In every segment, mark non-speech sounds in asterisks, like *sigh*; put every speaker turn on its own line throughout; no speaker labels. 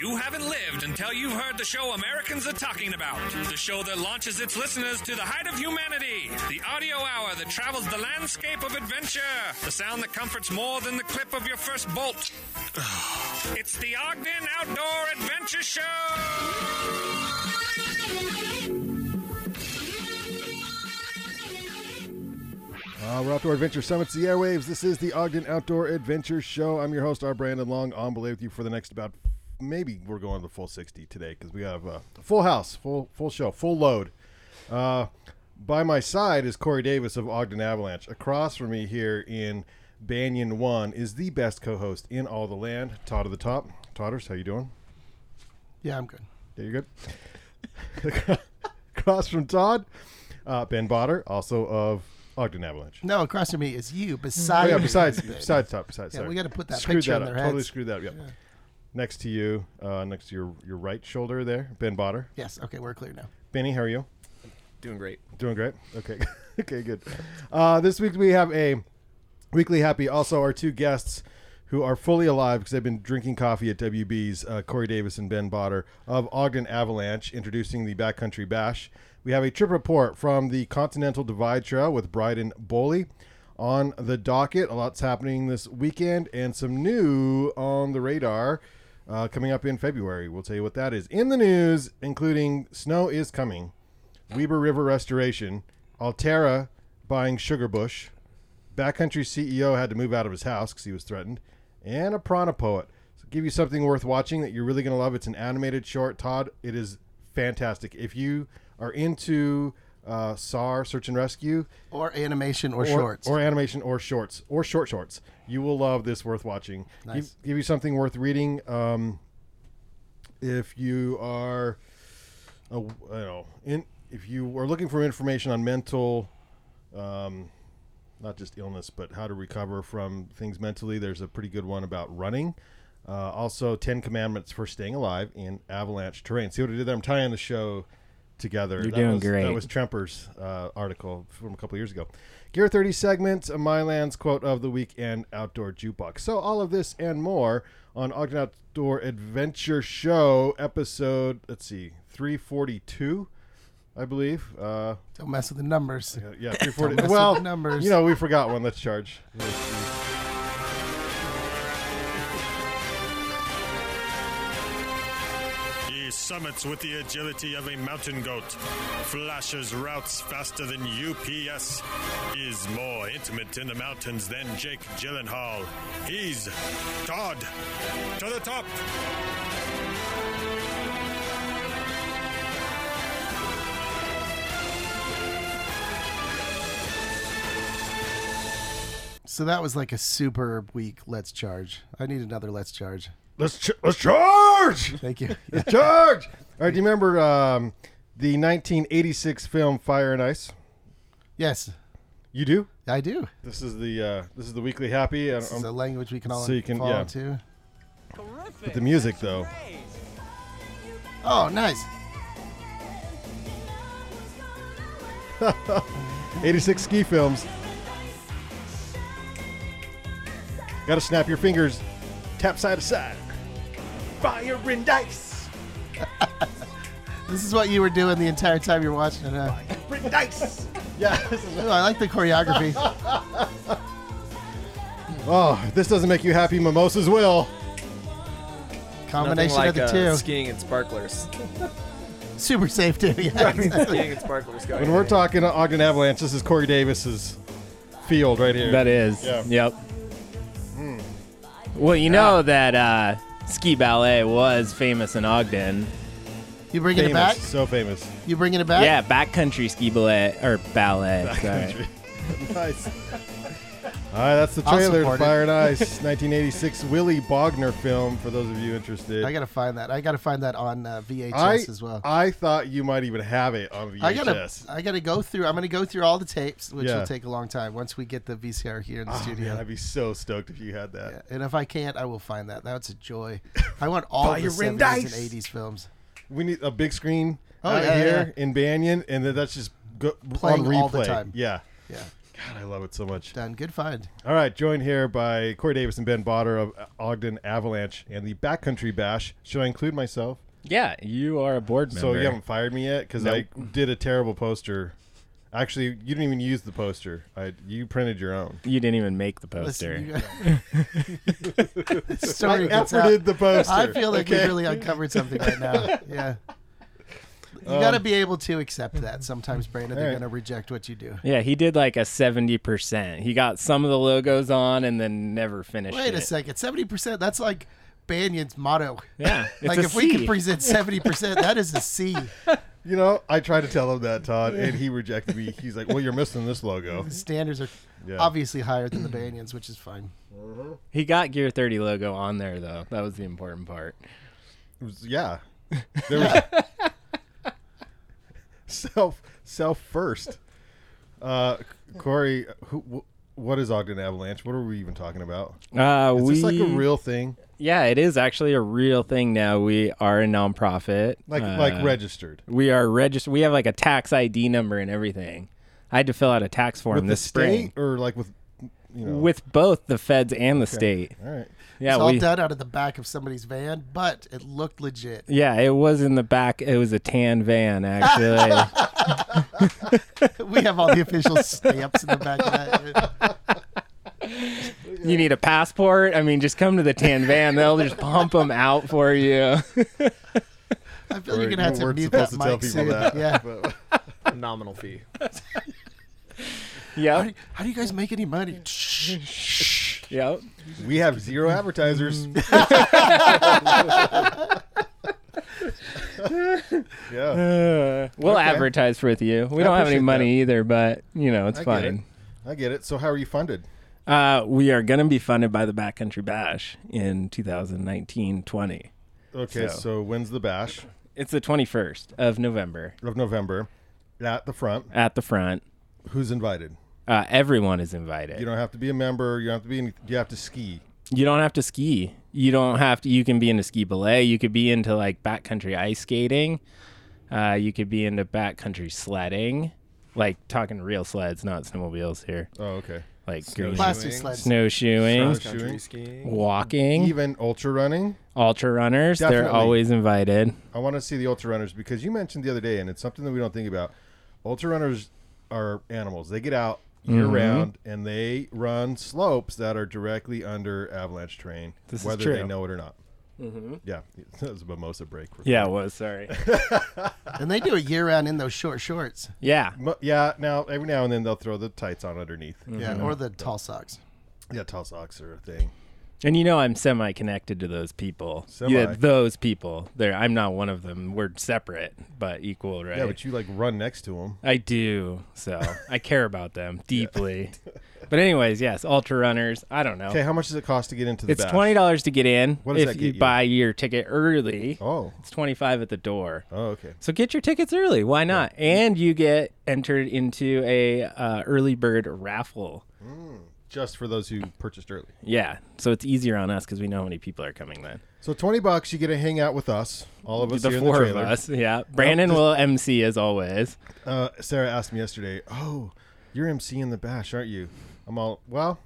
You haven't lived until you've heard the show Americans are talking about. The show that launches its listeners to the height of humanity. The audio hour that travels the landscape of adventure. The sound that comforts more than the clip of your first bolt. *sighs* It's the Ogden Outdoor Adventure Show!
Uh, we're Outdoor Adventure Summits, the airwaves. This is the Ogden Outdoor Adventure Show. I'm your host, R. Brandon Long. On belay with you for the next about maybe we're going to the full 60 today because we have uh, a full house, full full show, full load. Uh, by my side is Corey Davis of Ogden Avalanche. Across from me here in Banyan One is the best co-host in all the land, Todd of the Top. Todders, how you doing?
Yeah, I'm good.
Yeah, you're good. *laughs* Across from Todd, uh, Ben Botter, also of Ogden Avalanche.
No, across from me is you.
Oh,
Beside *laughs*
yeah,
me
besides,
is Ben.
besides top, besides.
Yeah,
sorry.
we gotta put that
screwed
picture
that
in
up.
their
Totally
heads.
screwed that. Yep. Next to you, uh, next to your your right shoulder there, Ben Botter.
Yes. Okay, we're clear now.
Benny, how are you?
Doing great.
Doing great. Okay. *laughs* okay. Good. Uh, this week we have a weekly happy. Also, our two guests who are fully alive because they've been drinking coffee at WB's. Uh, Corey Davis and Ben Botter of Ogden Avalanche, introducing the Backcountry Bash. We have a trip report from the Continental Divide Trail with Bryden Boley. On the docket, a lot's happening this weekend, and some new on the radar uh, coming up in February. We'll tell you what that is. In the news, including snow is coming. Weber River Restoration, Altera buying Sugarbush, Backcountry CEO had to move out of his house because he was threatened, and a Prana Poet. So give you something worth watching that you're really going to love. It's an animated short, Todd. It is fantastic. If you are into uh, SAR, Search and Rescue,
Or animation or,
or,
shorts.
or animation or shorts or short shorts you will love this worth watching
Nice.
give, give you something worth reading um, if you are a, I don't know in if you are looking for information on mental um, not just illness but how to recover from things mentally there's a pretty good one about running uh, also 10 commandments for staying alive in avalanche terrain see what i did there i'm tying the show together
You're
that
doing
was, that
great.
was Tremper's uh, article from a couple years ago. Gear 30 segment, a My Lands quote of the week, and outdoor jukebox. So all of this and more on Ogden Outdoor Adventure Show episode, let's see, 342, I believe. Uh,
Don't mess with the numbers.
uh, yeah, 340.
mess
well,
with the numbers.
you know, we forgot one. Let's charge.
He summits with the agility of a mountain goat, flashes routes faster than UPS, is more intimate in the mountains than Jake Gyllenhaal. He's Todd to the top.
So that was like a super weak let's charge. I need another let's charge.
Let's, ch- let's charge! *laughs*
Thank you. *laughs*
Let's charge! All right, do you remember um, the 1986 film Fire and Ice?
yes,
You do?
I do.
This is the uh, this is the weekly happy. I
This
don't-
is a language we can all
Um, so you can-
fall
yeah.
into.
But *laughs* the music, though.
Oh, nice.
86 ski films. Gotta snap your fingers. Tap side to side. Fire and dice.
This is what you were doing the entire time you're watching it. Huh? *laughs*
Dice. yeah. this is-
Ooh, I like
*laughs*
the choreography.
Oh, if this doesn't make you happy. Mimosas will.
Combination
Nothing like
of the
uh,
two.
skiing and
*laughs*
sparklers.
Super
*laughs*
safe too. Yeah.
I mean, skiing and sparklers. Going
When we're talking to Ogden Avalanche, this is Corey Davis's field right here.
That is.
Yeah.
Yep. Well, you know that uh, ski ballet was famous in Ogden.
You bringing
famous.
it back?
So famous.
You bringing it back?
yeah, backcountry ski ballet or ballet. sorry.
*laughs*
nice. All right, that's the
I'll
trailer to
support it.
Fire
*laughs*
and Ice, 1986 Willie Bogner film. For those of you interested,
I gotta find that. I gotta find that on uh, VHS
I,
as well.
I thought you might even have it on VHS.
I gotta, I gotta go through. I'm gonna go through all the tapes, which
Yeah.
will take a long time. Once we get the VCR here in the
Oh,
studio,
man, I'd be so stoked if you had that.
Yeah, and if I can't, I will find that. That's
*laughs*
a joy. I want all the
Fire and
70s
ice.
and 80s films.
We need a big screen
Oh,
out
yeah,
here in Banyan, and then that's just go,
Playing
on replay.
all the time.
Yeah,
Yeah,
God, I love it so much.
Done. Good find.
All right, joined here by Corey Davis and Ben Botter of Ogden Avalanche and the Backcountry Bash. Should I include myself?
Yeah, you are a board member.
So you haven't fired me yet because I did a terrible poster. Actually, you didn't even use the poster. I you printed your own.
You didn't even make the poster.
Listen, you- *laughs* This story
I
gets out.
efforted the poster.
I feel like we
okay?
really uncovered something right now. Yeah.
*laughs*
You got to be able to accept that sometimes, Brandon. They're
Um, right.
going to reject what you do.
yeah, he did like a seventy percent. He got some of the logos on and then never finished.
Wait
it.
a second. 70%, that's like Banyan's motto. *laughs*
Yeah, it's
like
a
if we
C.
could present 70%, that is a
*laughs*
C.
You know, I tried to tell him that, Todd, and he rejected me. He's like, "Well, you're missing this logo."
The standards are
Yeah.
obviously higher than the Banyan's, which is fine.
He got Gear 30 logo on there though. That was the important part.
It was- yeah, there was
*laughs*
self self first. Uh, Corey, who, wh- what is Ogden Avalanche? What are we even talking about?
Uh,
Is
we
this like a real thing?
yeah, it is actually a real thing now. We are a nonprofit.
Like
Uh,
like registered
we are registered. We have like a tax ID number and everything. I had to fill out a tax form
with
this
the
spring
state or like with you know
with both the feds and the state.
all right.
Yeah,
it's all
we,
done out of the back of somebody's van, but it looked legit. *laughs*
yeah, it was in the back. It was a tan van actually.
*laughs*
We have all the
*laughs*
official stamps in the back of that.
you need a passport. I mean, just come to the tan van. They'll just pump them out for you. *laughs*
I feel you're
Or
going to have to
weren't
mute
supposed to
that
tell
mic
people
soon.
that.
Yeah.
But-
Nominal fee.
How do,
yep.
you, how do you guys make any
*laughs*
money?
Yep.
We have zero advertisers. Mm. *laughs* yeah,
Uh, we'll
Okay.
advertise with you. We don't have any
appreciate
money either, but you know it's
I get
fine.
I get it. So how are you funded?
Uh, we are going to be funded by the Backcountry Bash in 2019-20.
Okay, so,
So-
when's the bash
It's the 21st of November
of November at the front?
at the front.
Who's invited?
Uh, everyone is invited.
You don't have to be a member. You don't have to be. Any, you have to ski.
you don't have to ski. You don't have to. You can be into ski ballet. You could be into like backcountry ice skating. Uh, you could be into backcountry sledding, like talking real sleds, not snowmobiles here.
Oh, okay.
Like
Snowshoeing.
green
Plastic sleds.
snowshoeing,
Snowshoeing. Shooting.
Country skiing.
walking,
Even ultra running.
ultra runners. They're
Definitely.
always invited.
I want to see the ultra runners because you mentioned the other day, and it's something that we don't think about. Ultra runners are animals. They get out year
Mm-hmm.
round and they run slopes that are directly under avalanche terrain,
This is
whether they
true.
know it or not. Mm-hmm. Yeah, *laughs* that was a mimosa break. For
Yeah, it was. Sorry.
And they do it year round in those short shorts.
Yeah.
Mo- yeah. Now every now and then they'll throw the tights on underneath.
Yeah, or the tall socks.
Yeah, tall socks are a thing.
And you know I'm semi connected to those people.
Semi.
Yeah, those people. There I'm not one of them. We're separate but equal, right?
Yeah, but you like run next to them.
I do. So I care
*laughs*
about them deeply. but anyways, yes, ultra runners. I don't know.
Okay, how much does it cost to get into the?
It's
bash?
twenty dollars to get in
What does
if
that
you,
get you?
buy your ticket early.
Oh,
It's twenty five at the door.
oh, okay.
So get your tickets early. Why not? And you get entered into a uh, early bird raffle.
Just for those who purchased early.
Yeah. So it's easier on us because we know how many people are coming then.
So twenty bucks, you get to hang out with us, all of us
the
here
four
in the
of
trailer.
us. Yeah, Brandon will MC as always.
Uh, Sarah asked me yesterday, "Oh, you're emceeing the bash, aren't you?" I'm all, "Well,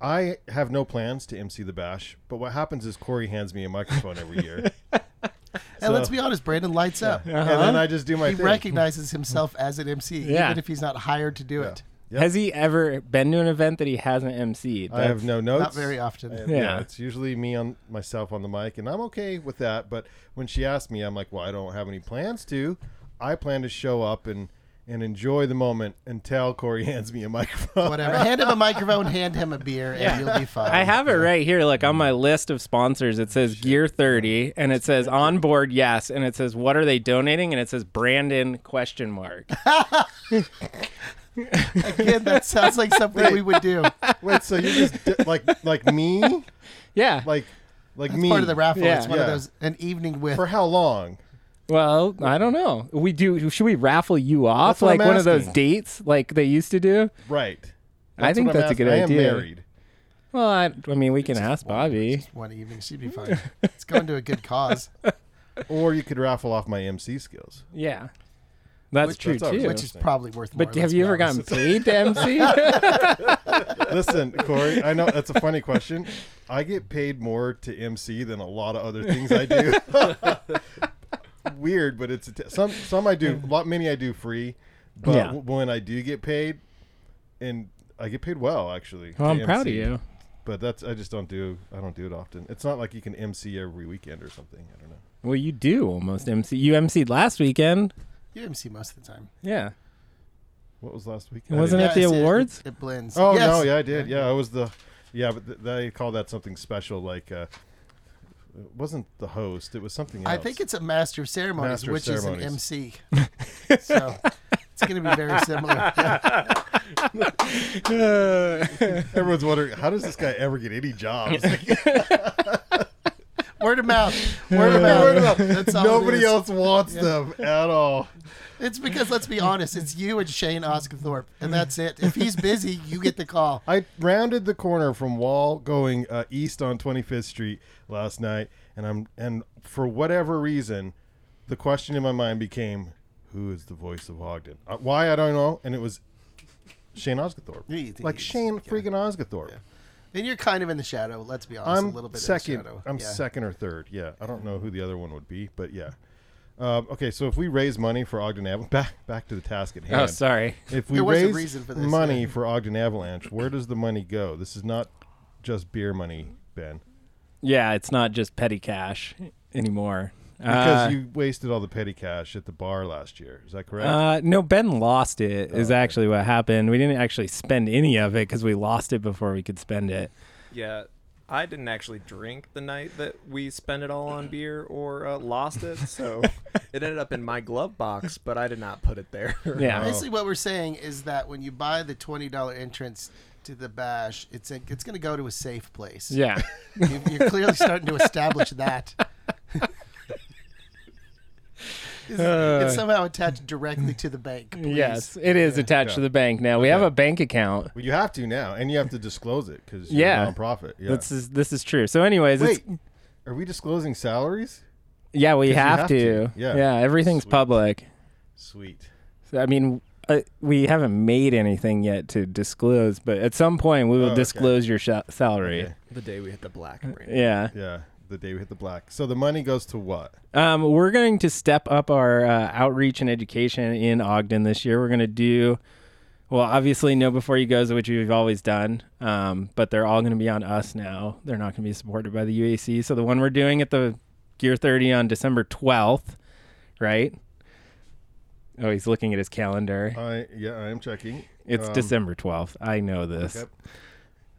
I have no plans to MC the bash, but what happens is Corey hands me a microphone every
*laughs*
year,
And let's be honest, Brandon lights up.
and then I just do my
Uh-huh. He
thing."
recognizes himself as an MC,
Yeah.
even if he's not hired to do it.
Yep.
Has he ever been to an event that he hasn't MC'd?
I have no notes.
Not very often.
yeah.
Yeah.
it's usually me on myself on the mic, and I'm okay with that. But when she asked me, I'm like, "Well, I don't have any plans to. I plan to show up and and enjoy the moment until Corey *laughs* hands me a microphone."
Whatever. hand him a microphone, hand him a beer, and you'll be fine.
I
Um,
have it right here, like on my
Mm-hmm.
list of sponsors. It says Gear Thirty, and it says on board yes, and it says what are they donating, and it says Brandon
*laughs*
question mark.
Again, that sounds like something we would do.
Wait, so you just di- like like me,
Yeah.
like like me
Part of the raffle.
Yeah.
It's one of
Yeah.
those an evening with.
for how long?
well, I don't know. We do. Should we raffle you off
That's what
like
I'm
one of those
asking.
dates, like they used to do?
Right.
I think
what
that's a
asking.
good
I
idea.
am married.
Well, I, I mean, we can ask Bobby.
One evening, she'd be fine. It's going to a good cause.
Or you could raffle off my MC skills.
*laughs* Yeah. That's
Which-
true
that's
too.
which is probably worth more.
but
let's
have you
be
ever
honest.
gotten paid
*laughs*
to MC?
Listen, Corey, I know that's a funny question. I get paid more to MC than a lot of other things I do. *laughs* Weird, but it's a t- some some I do. Lot many I do free, but
Yeah.
w- when I do get paid, and I get paid well actually.
well,
to
I'm proud of
MC,
you.
But that's I just don't do I don't do it often. It's not like you can MC every weekend or something. I don't know.
Well, you do almost MC. You MC'd last weekend.
You MC most of the time.
Yeah.
What was last week? I
Wasn't
didn't-
it the
it's-
awards?
It, it blends.
Oh
Yes.
no, yeah, I did. Yeah, I was the. Yeah, but th- they call that something special. Like, uh, it wasn't the host. It was something.
I
Else.
think it's a master of ceremonies,
Master of
which
ceremonies.
is an
*laughs*
MC. so it's going to be very similar. Yeah.
*laughs* everyone's wondering how does this guy ever get any jobs? Like,
Word of mouth. Word of mouth.
word of mouth.
That's all it
nobody
is.
else wants them at all.
It's because let's be honest, it's you and Shane Oscarthorpe,
Mm.
and that's it. If he's busy, you get the
*laughs*
call.
I rounded the corner from Wall going uh, east on 25th Street last night, and I'm and for whatever reason, the question in my mind became, "Who is the voice of Ogden?" Uh, why I don't know, and it was Shane Osgathorpe.
Yeah, you think
like
he's-
Shane freaking Osgathorpe.
And you're kind of in the shadow. Let's be honest,
I'm
a little bit in
second.
the shadow.
I'm
Yeah.
second or third. Yeah, I don't know who the other one would be, but yeah. Um, okay, so if we raise money for Ogden Avalanche, *laughs* back back to the task at hand.
Oh, sorry.
If we
There was a
raise
reason for this,
money
yeah.
for Ogden Avalanche, where does the money go? This is not just beer money, Ben,
Yeah, it's not just petty cash anymore.
because
Uh,
you wasted all the petty cash at the bar last year. Is that correct?
Uh, no, Ben lost it. Is
Oh,
actually what happened. We didn't actually spend any of it because we lost it before we could spend it.
Yeah, I didn't actually drink the night that we spent it all on beer or uh, lost it,
*laughs*
so it ended up in my glove box, but I did not put it there. *laughs*
Yeah,
Basically, what we're saying is that when you buy the twenty dollar entrance to the bash, it's a, it's going to go to a safe
*laughs*
place.
yeah.
you, you're clearly starting to establish that. it's,
Uh.
it's somehow attached directly to
*laughs*
the bank. Please.
Yes, it is attached to the bank now. We have a bank account.
well, you have to now, and you have to disclose it because you're
Yeah.
a nonprofit. Yeah.
This is this is true. So, anyways,
Wait,
it's,
are we disclosing salaries?
yeah, we have,
have
to.
to. Yeah.
everything's
Sweet.
public.
Sweet.
So, I mean, uh, we haven't made anything yet to disclose, but at some point we will
Oh, okay.
disclose your sh- salary.
Okay.
the day we hit the black ring.
Yeah.
Yeah, the day we hit the black. So the money goes to what?
Um, we're going to step up our uh, outreach and education in Ogden this year. We're going to do, well, obviously, Know Before You Goes, which we've always done, um, but they're all going to be on us now. They're not going to be supported by the UAC. So the one we're doing at the Gear 30 on December 12th, right? Oh, he's looking at his calendar.
I yeah, I am checking.
It's
um,
December 12th. I know this.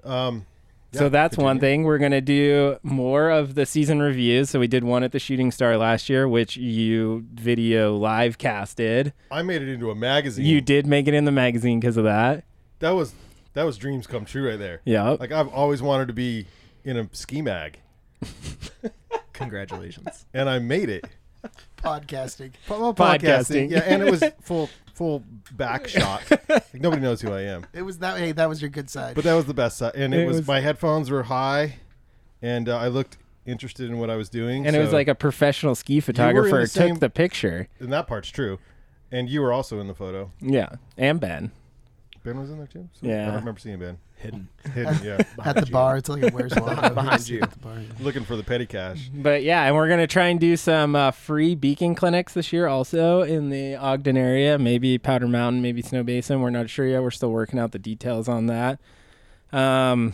Yep. Um,
So
Yeah,
that's one
continue.
thing. We're going to do more of the season reviews. So we did one at the Shooting Star last year, which you video live casted.
I made it into a magazine.
You did make it in the magazine because of that.
That was that was dreams come true right there.
Yeah.
Like I've always wanted to be in a ski mag,
Congratulations.
and I made it.
Podcasting.
Po- *laughs* well,
Podcasting.
yeah, and it
*laughs*
was full full back shot. Like, nobody knows who I am,
It was that. Hey, that was your good side.
but that was the best side. And it,
It
was,
was-
my headphones were high, and uh, I looked interested in what I was doing.
and it was
so-
like a professional ski photographer
the
took
same-
the picture.
and that part's true. And you were also in the photo.
Yeah. And Ben.
Ben was in there too. So I
Mm. Yeah.
don't remember seeing Ben.
Hidden.
Hidden, *laughs* yeah.
at the bar, it's like
*laughs*
it wears logo
Behind you.
At the bar.
Looking for the petty cash.
But yeah, and we're going to try and do some uh, free beacon clinics this year also in the Ogden area, maybe Powder Mountain, maybe Snow Basin. We're not sure yet. We're still working out the details on that. Um,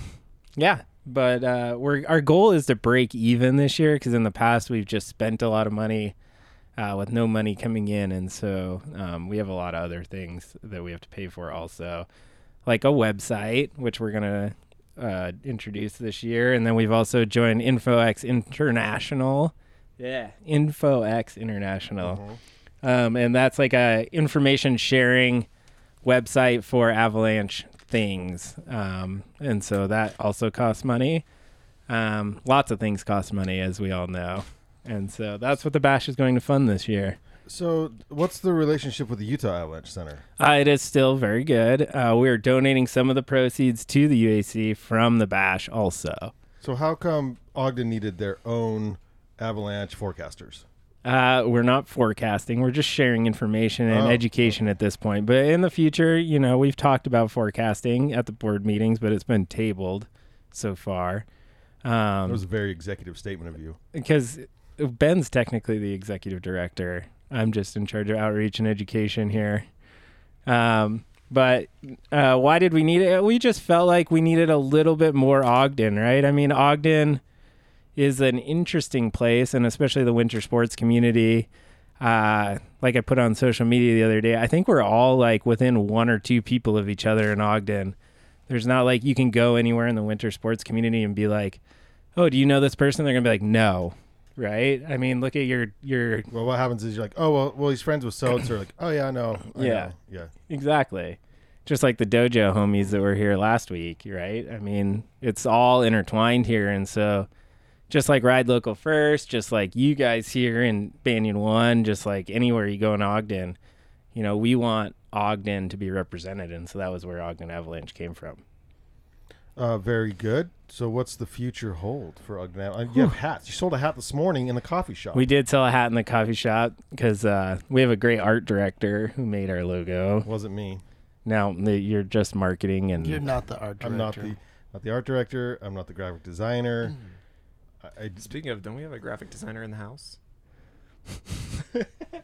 yeah, but uh, we're, our goal is to break even this year because in the past we've just spent a lot of money uh, with no money coming in. And so um, we have a lot of other things that we have to pay for also, like a website, which we're going to uh, introduced this year. And then we've also joined InfoX International. Yeah. InfoX International. Um, and that's like a information sharing website for avalanche things. Um, and so that also costs money. Um, lots of things cost money, as we all know. And so that's what the bash is going to fund this year.
So, what's the relationship with the Utah Avalanche Center?
Uh, it is still very good. Uh, we are donating some of the proceeds to the UAC from the bash also.
So, how come Ogden needed their own avalanche forecasters?
Uh, we're not forecasting. We're just sharing information and
Oh.
education at this point. But in the future, you know, we've talked about forecasting at the board meetings, but it's been tabled so far.
That
Um,
was a very executive statement of you.
because Ben's technically the executive director. I'm just in charge of outreach and education here. Um, but uh, why did we need it? We just felt like we needed a little bit more Ogden, right? I mean, Ogden is an interesting place, and especially the winter sports community. Uh, like I put on social media the other day, I think we're all like within one or two people of each other in Ogden. There's not like you can go anywhere in the winter sports community and be like, oh, do you know this person? They're gonna be like, no, right? I mean, look at your your
Well, what happens is you're like, oh well, well he's friends with so and so. Like, oh yeah, I know. I
Yeah.
know. yeah.
exactly, just like the dojo homies that were here last week, right? I mean, it's all intertwined here, and so just like ride local first, just like you guys here in Banyan One, just like anywhere you go in Ogden, you know, we want Ogden to be represented, and so that was where Ogden Avalanche came from.
Uh, very good. So, what's the future hold for Ogden? Ave- You have hats. You sold a hat this morning in the coffee shop.
We did sell a hat in the coffee shop because uh, we have a great art director who made our logo.
wasn't me.
Now the- you're just marketing and
You're not the art director.
I'm not the not the art director. I'm not the graphic designer. I, I
Speaking of, don't we have a graphic designer in the house?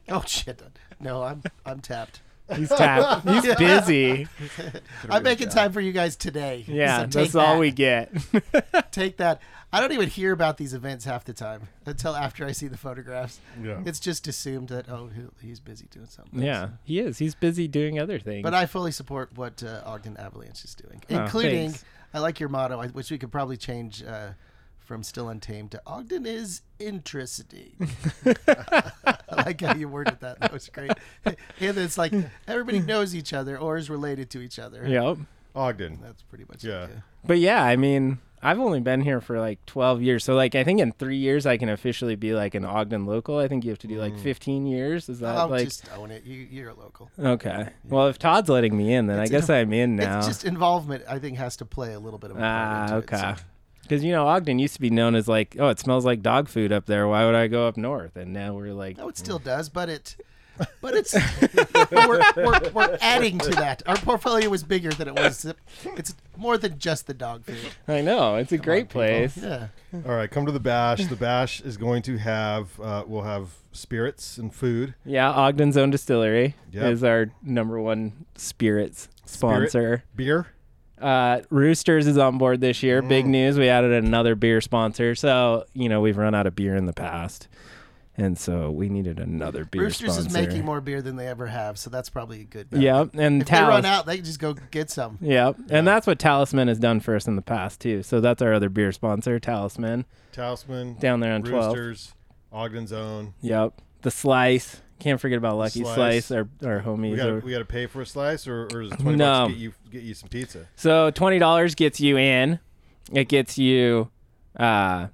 Oh shit! No, I'm I'm tapped.
He's tapped. He's busy.
I'm making time for you guys today.
*laughs* Yeah,
So take
that's all
that. *laughs*
we get.
take that. I don't even hear about these events half the time until after I see the photographs.
Yeah.
It's just assumed that oh he- he's busy doing something.
yeah, he is. He's busy doing other things.
But I fully support what uh, Ogden Avalanche is doing, including.
Oh, thanks.
I like your motto, I- which we could probably change uh, from "Still Untamed" to "Ogden is interesting." *laughs* I like how you worded that. That was great. *laughs* and it's like everybody knows each other or is related to each other.
yep.
Ogden.
That's pretty much
Yeah.
it.
But yeah, I mean, I've only been here for like 12 years. So like, I think in three years I can officially be like an Ogden local. I think you have to do like 15 years. Is that
Mm. I'll
Uh, like
just own it. You, you're a local.
okay? Well, if Todd's letting me in, then I guess I'm in now.
It's just involvement. I think has to play a little bit of a part
Ah,
into it.
okay.
So
Because you know Ogden used to be known as like, oh, it smells like dog food up there. Why would I go up north? And now we're like,
no, it still does, but
*laughs*
it, but it's we're, we're, we're adding to that. Our portfolio is bigger than it was. It's more than just the dog food.
I know it's a great place.
Yeah,
All right, come to the bash. The bash is going to have uh, we'll have spirits and food.
Yeah, Ogden's own distillery
Yep.
is our number one spirits sponsor.
Beer.
Uh, Roosters is on board this year. Big
Mm.
news. We added another beer sponsor. So, you know, we've run out of beer in the past. And so we needed another beer
Roosters
sponsor.
is making more beer than they ever have, so that's probably a good. bet.
Yep. And
If they run
Talisman.
out, they can just go get some.
Yep. And that's what Talisman has done for us in the past, too. So that's our other beer sponsor, Talisman.
Tausman.
Down there on 12.
Roosters. Ogden's own.
Yep. The Slice. Can't forget about Lucky
Slice.
Slice, our, our homies.
We gotta
over-
we gotta pay for a slice or, or is it twenty
No.
bucks get you get you some pizza?
So twenty dollars gets you in. It gets you uh,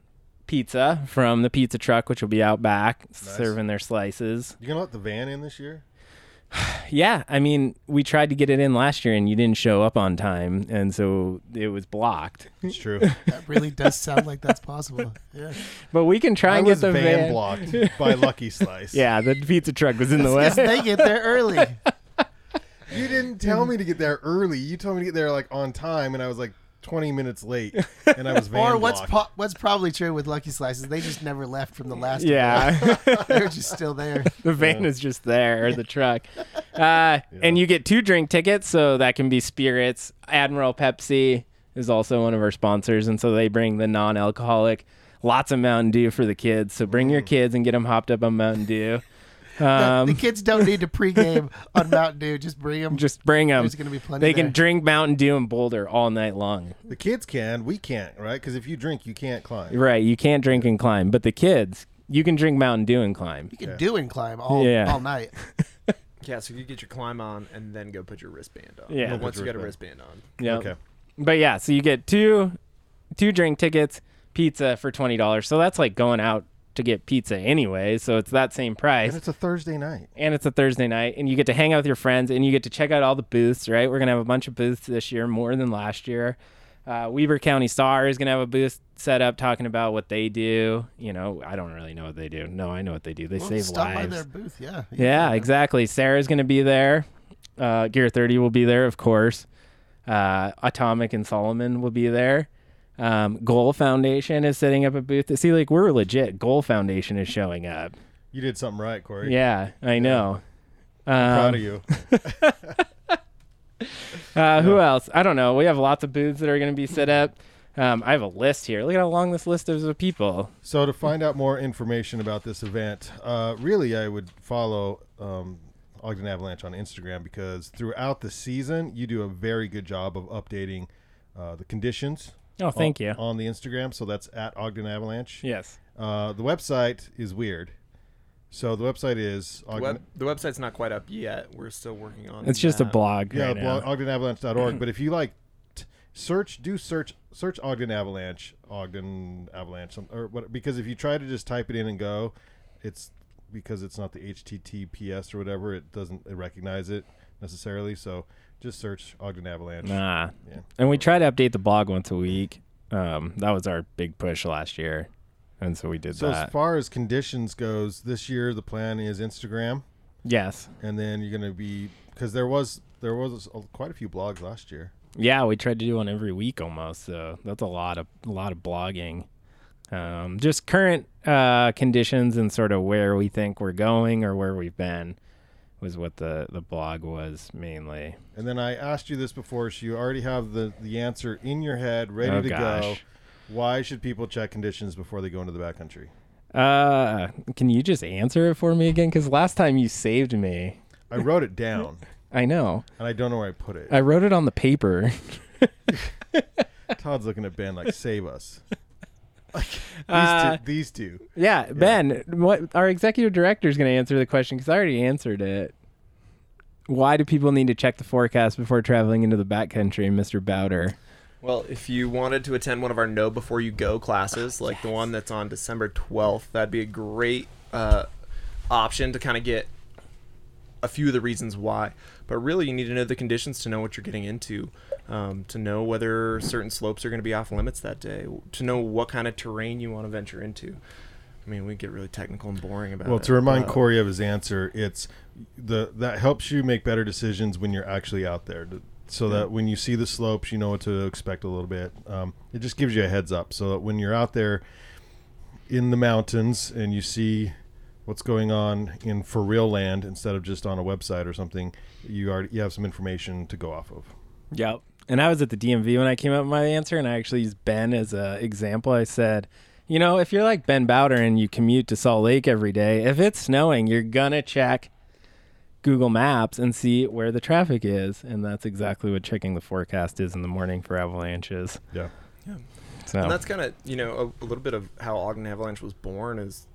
pizza from the pizza truck, which will be out back serving their slices.
You gonna let the van in this year?
Yeah, I mean, we tried to get it in last year, and you didn't show up on time, and so it was blocked.
It's
*laughs*
true.
That really does sound like that's possible. Yeah.
But we can try
I
and get
was
the
van,
van.
blocked
*laughs*
by Lucky Slice.
Yeah, the pizza truck was in the way.
Yes, they get there
*laughs*
early.
You didn't tell me to get there early. You told me to get there like on time, and I was like twenty minutes late, and I
*laughs*
was van
or what's
blocked.
po- what's probably true with Lucky Slices, they just never left from the last.
*laughs* Yeah,
one. *laughs* they're just still there.
the van is just there, or
*laughs*
the truck. Uh, And you get two drink tickets, so that can be spirits. Admiral Pepsi is also one of our sponsors, and so they bring the non alcoholic. Lots of Mountain Dew for the kids, so bring your
Mm.
kids and get them hopped up on Mountain Dew. Um,
the kids don't need to pregame on Mountain Dew. Just bring them.
just bring them.
There's gonna be plenty
They can
there.
drink Mountain Dew and Boulder all night long.
The kids can, we can't, right? Because if you drink, you can't climb.
Right, you can't drink and climb, but the kids, you can drink Mountain Dew and climb.
you can do and climb all
Yeah.
all night.
*laughs*
Yeah, so you get your climb on and then go put your wristband on.
Yeah.
But
Put
once
your
you got a wristband on,
Yeah.
Okay.
But yeah, so you get two two drink tickets, pizza for twenty dollars. So that's like going out to get pizza anyway. So it's that same
And
price.
it's a Thursday night.
And it's a Thursday night, and you get to hang out with your friends, and you get to check out all the booths. Right, we're gonna have a bunch of booths this year, more than last year. Uh, Weber County Star is going to have a booth set up talking about what they do. You know, I don't really know what they do. No, I know what they do. They
Well,
save
stop by
lives.
their booth. Yeah.
Yeah, exactly. Sarah's going to be there. Uh, Gear 30 will be there, of course. Uh, Atomic and Solomon will be there. Um, Goal Foundation is setting up a booth. See, like, we're legit. Goal Foundation is showing up.
You did something right, Corey.
Yeah, I know.
Proud
Um,
of you.
uh, who else? I don't know. We have lots of booths that are going to be set up. Um, I have a list here. Look at how long this list is of people.
So to find out more information about this event, uh, really I would follow um, Ogden Avalanche on Instagram because throughout the season you do a very good job of updating uh, the conditions.
Oh, thank
on,
you.
On the Instagram, so that's at Ogden Avalanche.
Yes.
Uh, the website is weird. So the website is
The,
Ogden.
web, the website's not quite up yet. We're still working on.
It's just a
that.
blog.
yeah,
right now.
blog,
*clears throat*
ogdenavalanche.org. but if you like, t- search, do search, search Ogden Avalanche, Ogden Avalanche, some- or what? Because if you try to just type it in and go, it's because it's not the HTTPS or whatever. It doesn't it recognize it necessarily. So just search Ogden Avalanche.
Nah.
Yeah.
Ah. And we try to update the blog once a week. Um, that was our big push last year. And so we did
So
that.
as far as conditions goes, this year the plan is Instagram,
yes.
and then you're going to be because there was there was a, quite a few blogs last year.
Yeah, we tried to do one every week almost. So that's a lot of a lot of blogging. Um, just current uh, conditions and sort of where we think we're going or where we've been was what the, the blog was mainly.
And then I asked you this before, so you already have the, the answer in your head, ready
Oh,
to go.
gosh.
Why should people check conditions before they go into the backcountry?
Uh, can you just answer it for me again? Because last time you saved me.
I wrote it
*laughs*
down,
I know.
and I don't know where I put it.
I wrote it on the paper.
Todd's looking at Ben like, "Save
*laughs*
us." Like, these,
Uh,
two, these two.
Yeah, Ben, what our executive director is going to answer the question because I already answered it. Why do people need to check the forecast before traveling into the backcountry, Mr. Bowder?
Well, if you wanted to attend one of our Know Before You Go classes, like the one that's on December 12th, that'd be a great uh, option to kind of get a few of the reasons why. But really, you need to know the conditions to know what you're getting into, um, to know whether certain slopes are going to be off limits that day, to know what kind of terrain you want to venture into. I mean, we get really technical and boring about
Well,
it.
to remind
but-
Corey of his answer, it's the that helps you make better decisions when you're actually out there, to- so that when you see the slopes, you know what to expect a little bit. Um, it just gives you a heads up, so that when you're out there in the mountains and you see what's going on in for real land instead of just on a website or something, you already you have some information to go off of.
Yep. And I was at the DMV when I came up with my answer, and I actually used Ben as a example. I said, you know, if you're like Ben Bowder and you commute to Salt Lake every day, if it's snowing, you're gonna check Google Maps and see where the traffic is, and that's exactly what checking the forecast is in the morning for avalanches.
Yeah.
So
And that's kind of you know a, a little bit of how Ogden Avalanche was born is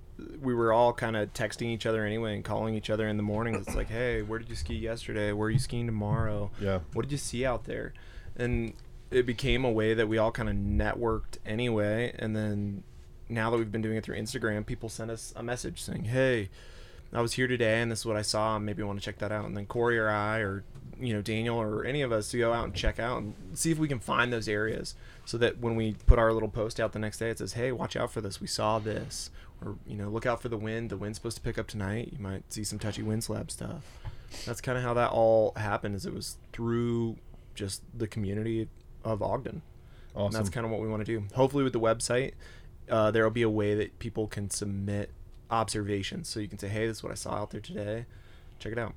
we were all kind of texting each other anyway and calling each other in the morning. It's like, hey, where did you ski yesterday? Where are you skiing tomorrow?
Yeah.
What did you see out there? And it became a way that we all kind of networked anyway. And then now that we've been doing it through Instagram, people send us a message saying, hey. I was here today, and this is what I saw. and Maybe you want to check that out. And then Corey or I, or you know Daniel or any of us, to go out and check out and see if we can find those areas, so that when we put our little post out the next day, it says, "Hey, watch out for this. We saw this," or you know, "Look out for the wind. The wind's supposed to pick up tonight. You might see some touchy wind slab stuff." That's kind of how that all happened. Is it was through just the community of Ogden. And
Awesome.
that's kind of what we want to do. Hopefully, with the website, uh, there will be a way that people can submit observations. So you can say, "Hey, this is what I saw out there today. Check it out."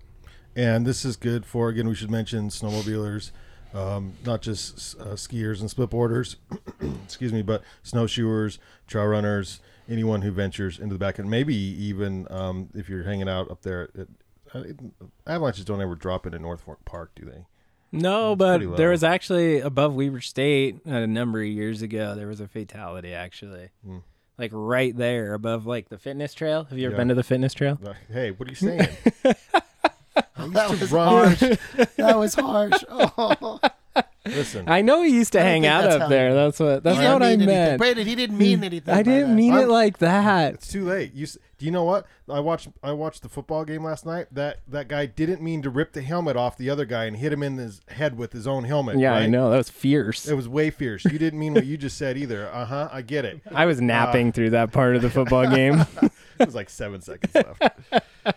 And this is good for, again, we should mention snowmobilers, um, not just uh, skiers and splitboarders, *clears throat* excuse me, but snowshoers, trail runners, anyone who ventures into the back end. Maybe even um, if you're hanging out up there. At, uh, avalanches don't ever drop into North Fork Park, do they?
No,
pretty
but
low.
there was actually above Weber State a number of years ago. There was a fatality actually,
Hmm.
like right there above like the fitness trail. Have you ever
Yeah.
been to the fitness trail?
Uh, Hey, what are you
*laughs*
saying?
That was
Run. *laughs*
harsh. That was harsh. *laughs* Oh.
Listen.
I know he used to
don't
hang
think
out
that's
up
how-
there. That's what. That's
He didn't
not what I
mean anything.
meant. Mm.
Brandon, he didn't mean anything.
I
by
didn't
that.
mean it
I'm-
like that.
It's too late. You s- do you know what? I watched I watched the football game last night. That that guy didn't mean to rip the helmet off the other guy and hit him in his head with his own helmet.
Yeah, I
right?
know that was fierce.
It was way fierce. You didn't mean what you just said either. Uh huh. I get it.
I was napping through that part of the
*laughs*
football game.
It was like seven seconds left.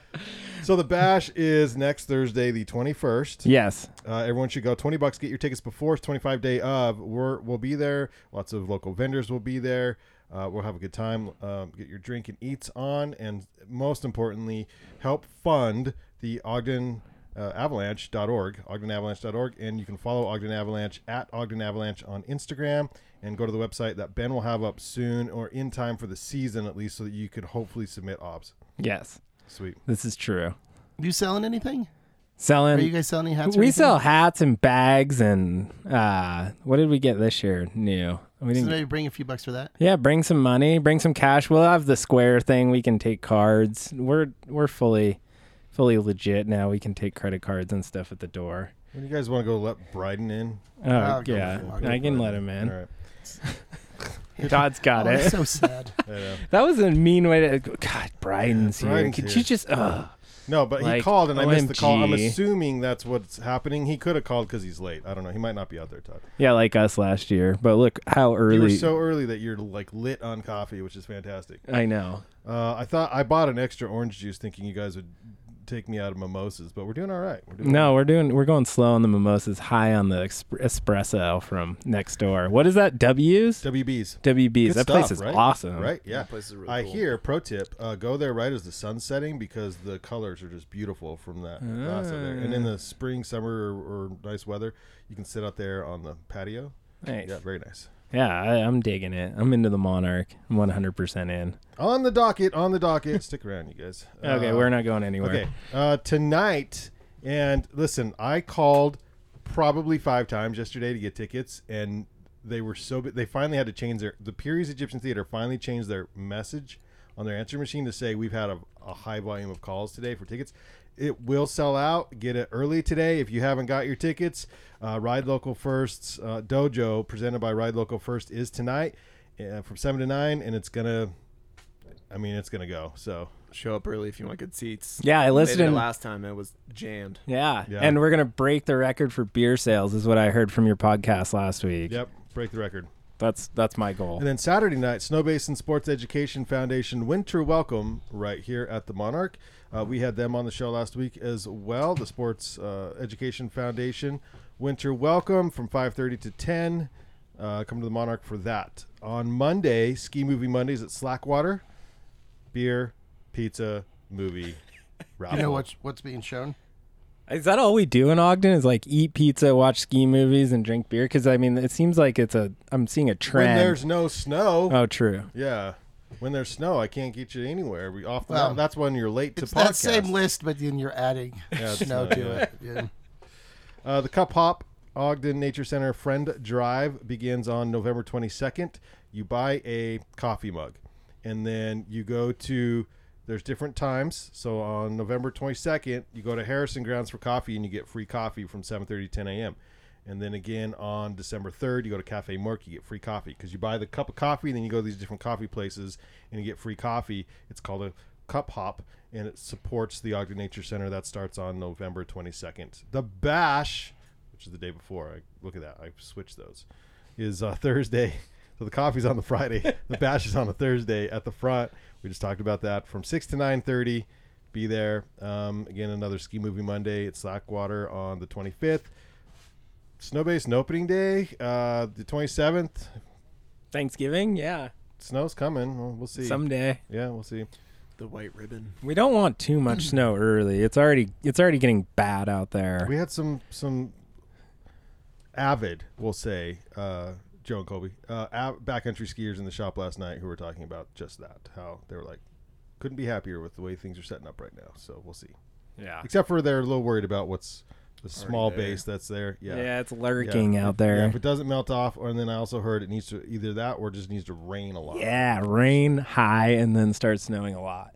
So the bash is next Thursday, the twenty first.
yes.
Uh, everyone should go. Twenty bucks. Get your tickets before twenty five day of. We're we'll be there. Lots of local vendors will be there. Uh, we'll have a good time. Um, get your drink and eats on, and most importantly, help fund the Ogden. Uh, avalanche.org ogdenavalanche.org and you can follow ogden avalanche at ogden avalanche on instagram and go to the website that ben will have up soon or in time for the season at least so that you could hopefully submit obs
Yes.
sweet
This is true.
You selling anything?
Selling.
Are you guys selling any hats? or
we
anything?
sell hats and bags and uh, what did we get this year? New. We
So
didn't.
maybe bring a few bucks for that.
yeah, bring some money, bring some cash. We'll have the square thing. We can take cards. We're we're fully, fully legit now. We can take credit cards and stuff at the door.
when you guys want to go let bryden in
Oh
Ah,
I'll go
yeah,
for it.
I can let him in.
all right *laughs*
Todd's got
Oh,
it.
that's so sad.
*laughs* that was a mean way to. God, Brian's here.
Brian's
Could
here.
you just? Uh,
No, but he
Like,
called and I missed the call. I'm
OMG.
assuming that's what's happening. He could have called because he's late. I don't know. He might not be out there, Todd.
yeah, like us last year. But look how
You were
early.
so early that you're like lit on coffee, which is fantastic.
I know.
Uh, I thought I bought an extra orange juice thinking you guys would take me out of mimosas, but we're doing all right. We're doing
No, we're doing we're going slow on the mimosas, high on the exp- espresso from next door. What is that? W's
WBs.
WB's.
Good
that
stuff,
place is
right?
awesome.
Right? Yeah.
place is really
I
cool.
hear, pro tip, uh, go there right as the sun's setting because the colors are just beautiful from that glass out there. And in
Ah.
the spring, summer, or, or nice weather, you can sit out there on the patio.
Nice.
Yeah, very nice.
Yeah, I, I'm digging it. I'm into the Monarch. I'm 100% in.
On the docket, on the docket. Stick around, you guys.
Okay,
Uh,
we're not going anywhere.
Okay, uh, tonight, and listen, I called probably five times yesterday to get tickets, and they were so. bu- They finally had to change their. The Puri's Egyptian Theater finally changed their message on their answer machine to say we've had a, a high volume of calls today for tickets. It will sell out. Get it early today if you haven't got your tickets. Uh, Ride Local First's uh, dojo presented by Ride Local First is tonight uh, from seven to nine, and it's gonna. I mean, it's gonna go. So
Show up early if you want good seats.
Yeah, I
They
listed
did it
in-
last time. It was jammed.
Yeah.
Yeah.
And we're going to break the record for beer sales is what I heard from your podcast last week.
yep, break the record.
That's that's my goal.
And then Saturday night, Snow Basin Sports Education Foundation Winter Welcome right here at the Monarch. Uh, we had them on the show last week as well. The Sports uh, Education Foundation Winter Welcome from 5:30 to 10. Uh, come to the Monarch for that. On Monday, Ski Movie Mondays at Slackwater. Beer, pizza,
*laughs*
movie. Raffle.
You know what's what's being shown?
Is that all we do in Ogden? Is like eat pizza, watch ski movies, and drink beer? Because I mean, it seems like it's a. I'm seeing a trend.
When there's no snow,
oh, true.
yeah. When there's snow, I can't get you anywhere. We off the
Well,
mountain. That's when you're late to
It's that
podcast.
same list, but then you're adding
it's
snow
not, *laughs*
to
yeah.
it. Yeah.
Uh, the Cup Hop Ogden Nature Center Friend Drive begins on November 22nd. You buy a coffee mug, and then you go to. There's different times. So on November 22nd, you go to Harrison Grounds for coffee, and you get free coffee from 7:30 to 10 a.m. And then again on December 3rd, you go to Cafe Merck, you get free coffee because you buy the cup of coffee, then you go to these different coffee places and you get free coffee. It's called a cup hop and it supports the Ogden Nature Center that starts on November 22nd. The Bash, which is the day before, I look at that, I switched those, is uh, *laughs* Thursday. So the coffee's on the Friday, the bash is on the Thursday at the front. We just talked about that from 6 to 9:30 be there. Um, again, another Ski Movie Monday at Slackwater on the 25th. Snowbasin opening day, uh, the 27th.
Thanksgiving, yeah,
Snow's coming. We'll, we'll see.
someday.
yeah, we'll see.
The white ribbon.
*laughs* We don't want too
*clears throat*
much snow early. It's already it's already getting bad out there.
We had some some avid, we'll say, uh, Joe and Colby, uh, av- backcountry skiers in the shop last night who were talking about just that. How they were like, couldn't be happier with the way things are setting up right now. So we'll see.
yeah.
Except for they're a little worried about what's the small
there.
base that's there.
yeah,
Yeah.
it's lurking out
Yeah,
there.
if it doesn't melt off, or and then I also heard it needs to either that or just needs to rain a lot.
Yeah, rain high and then start snowing a lot.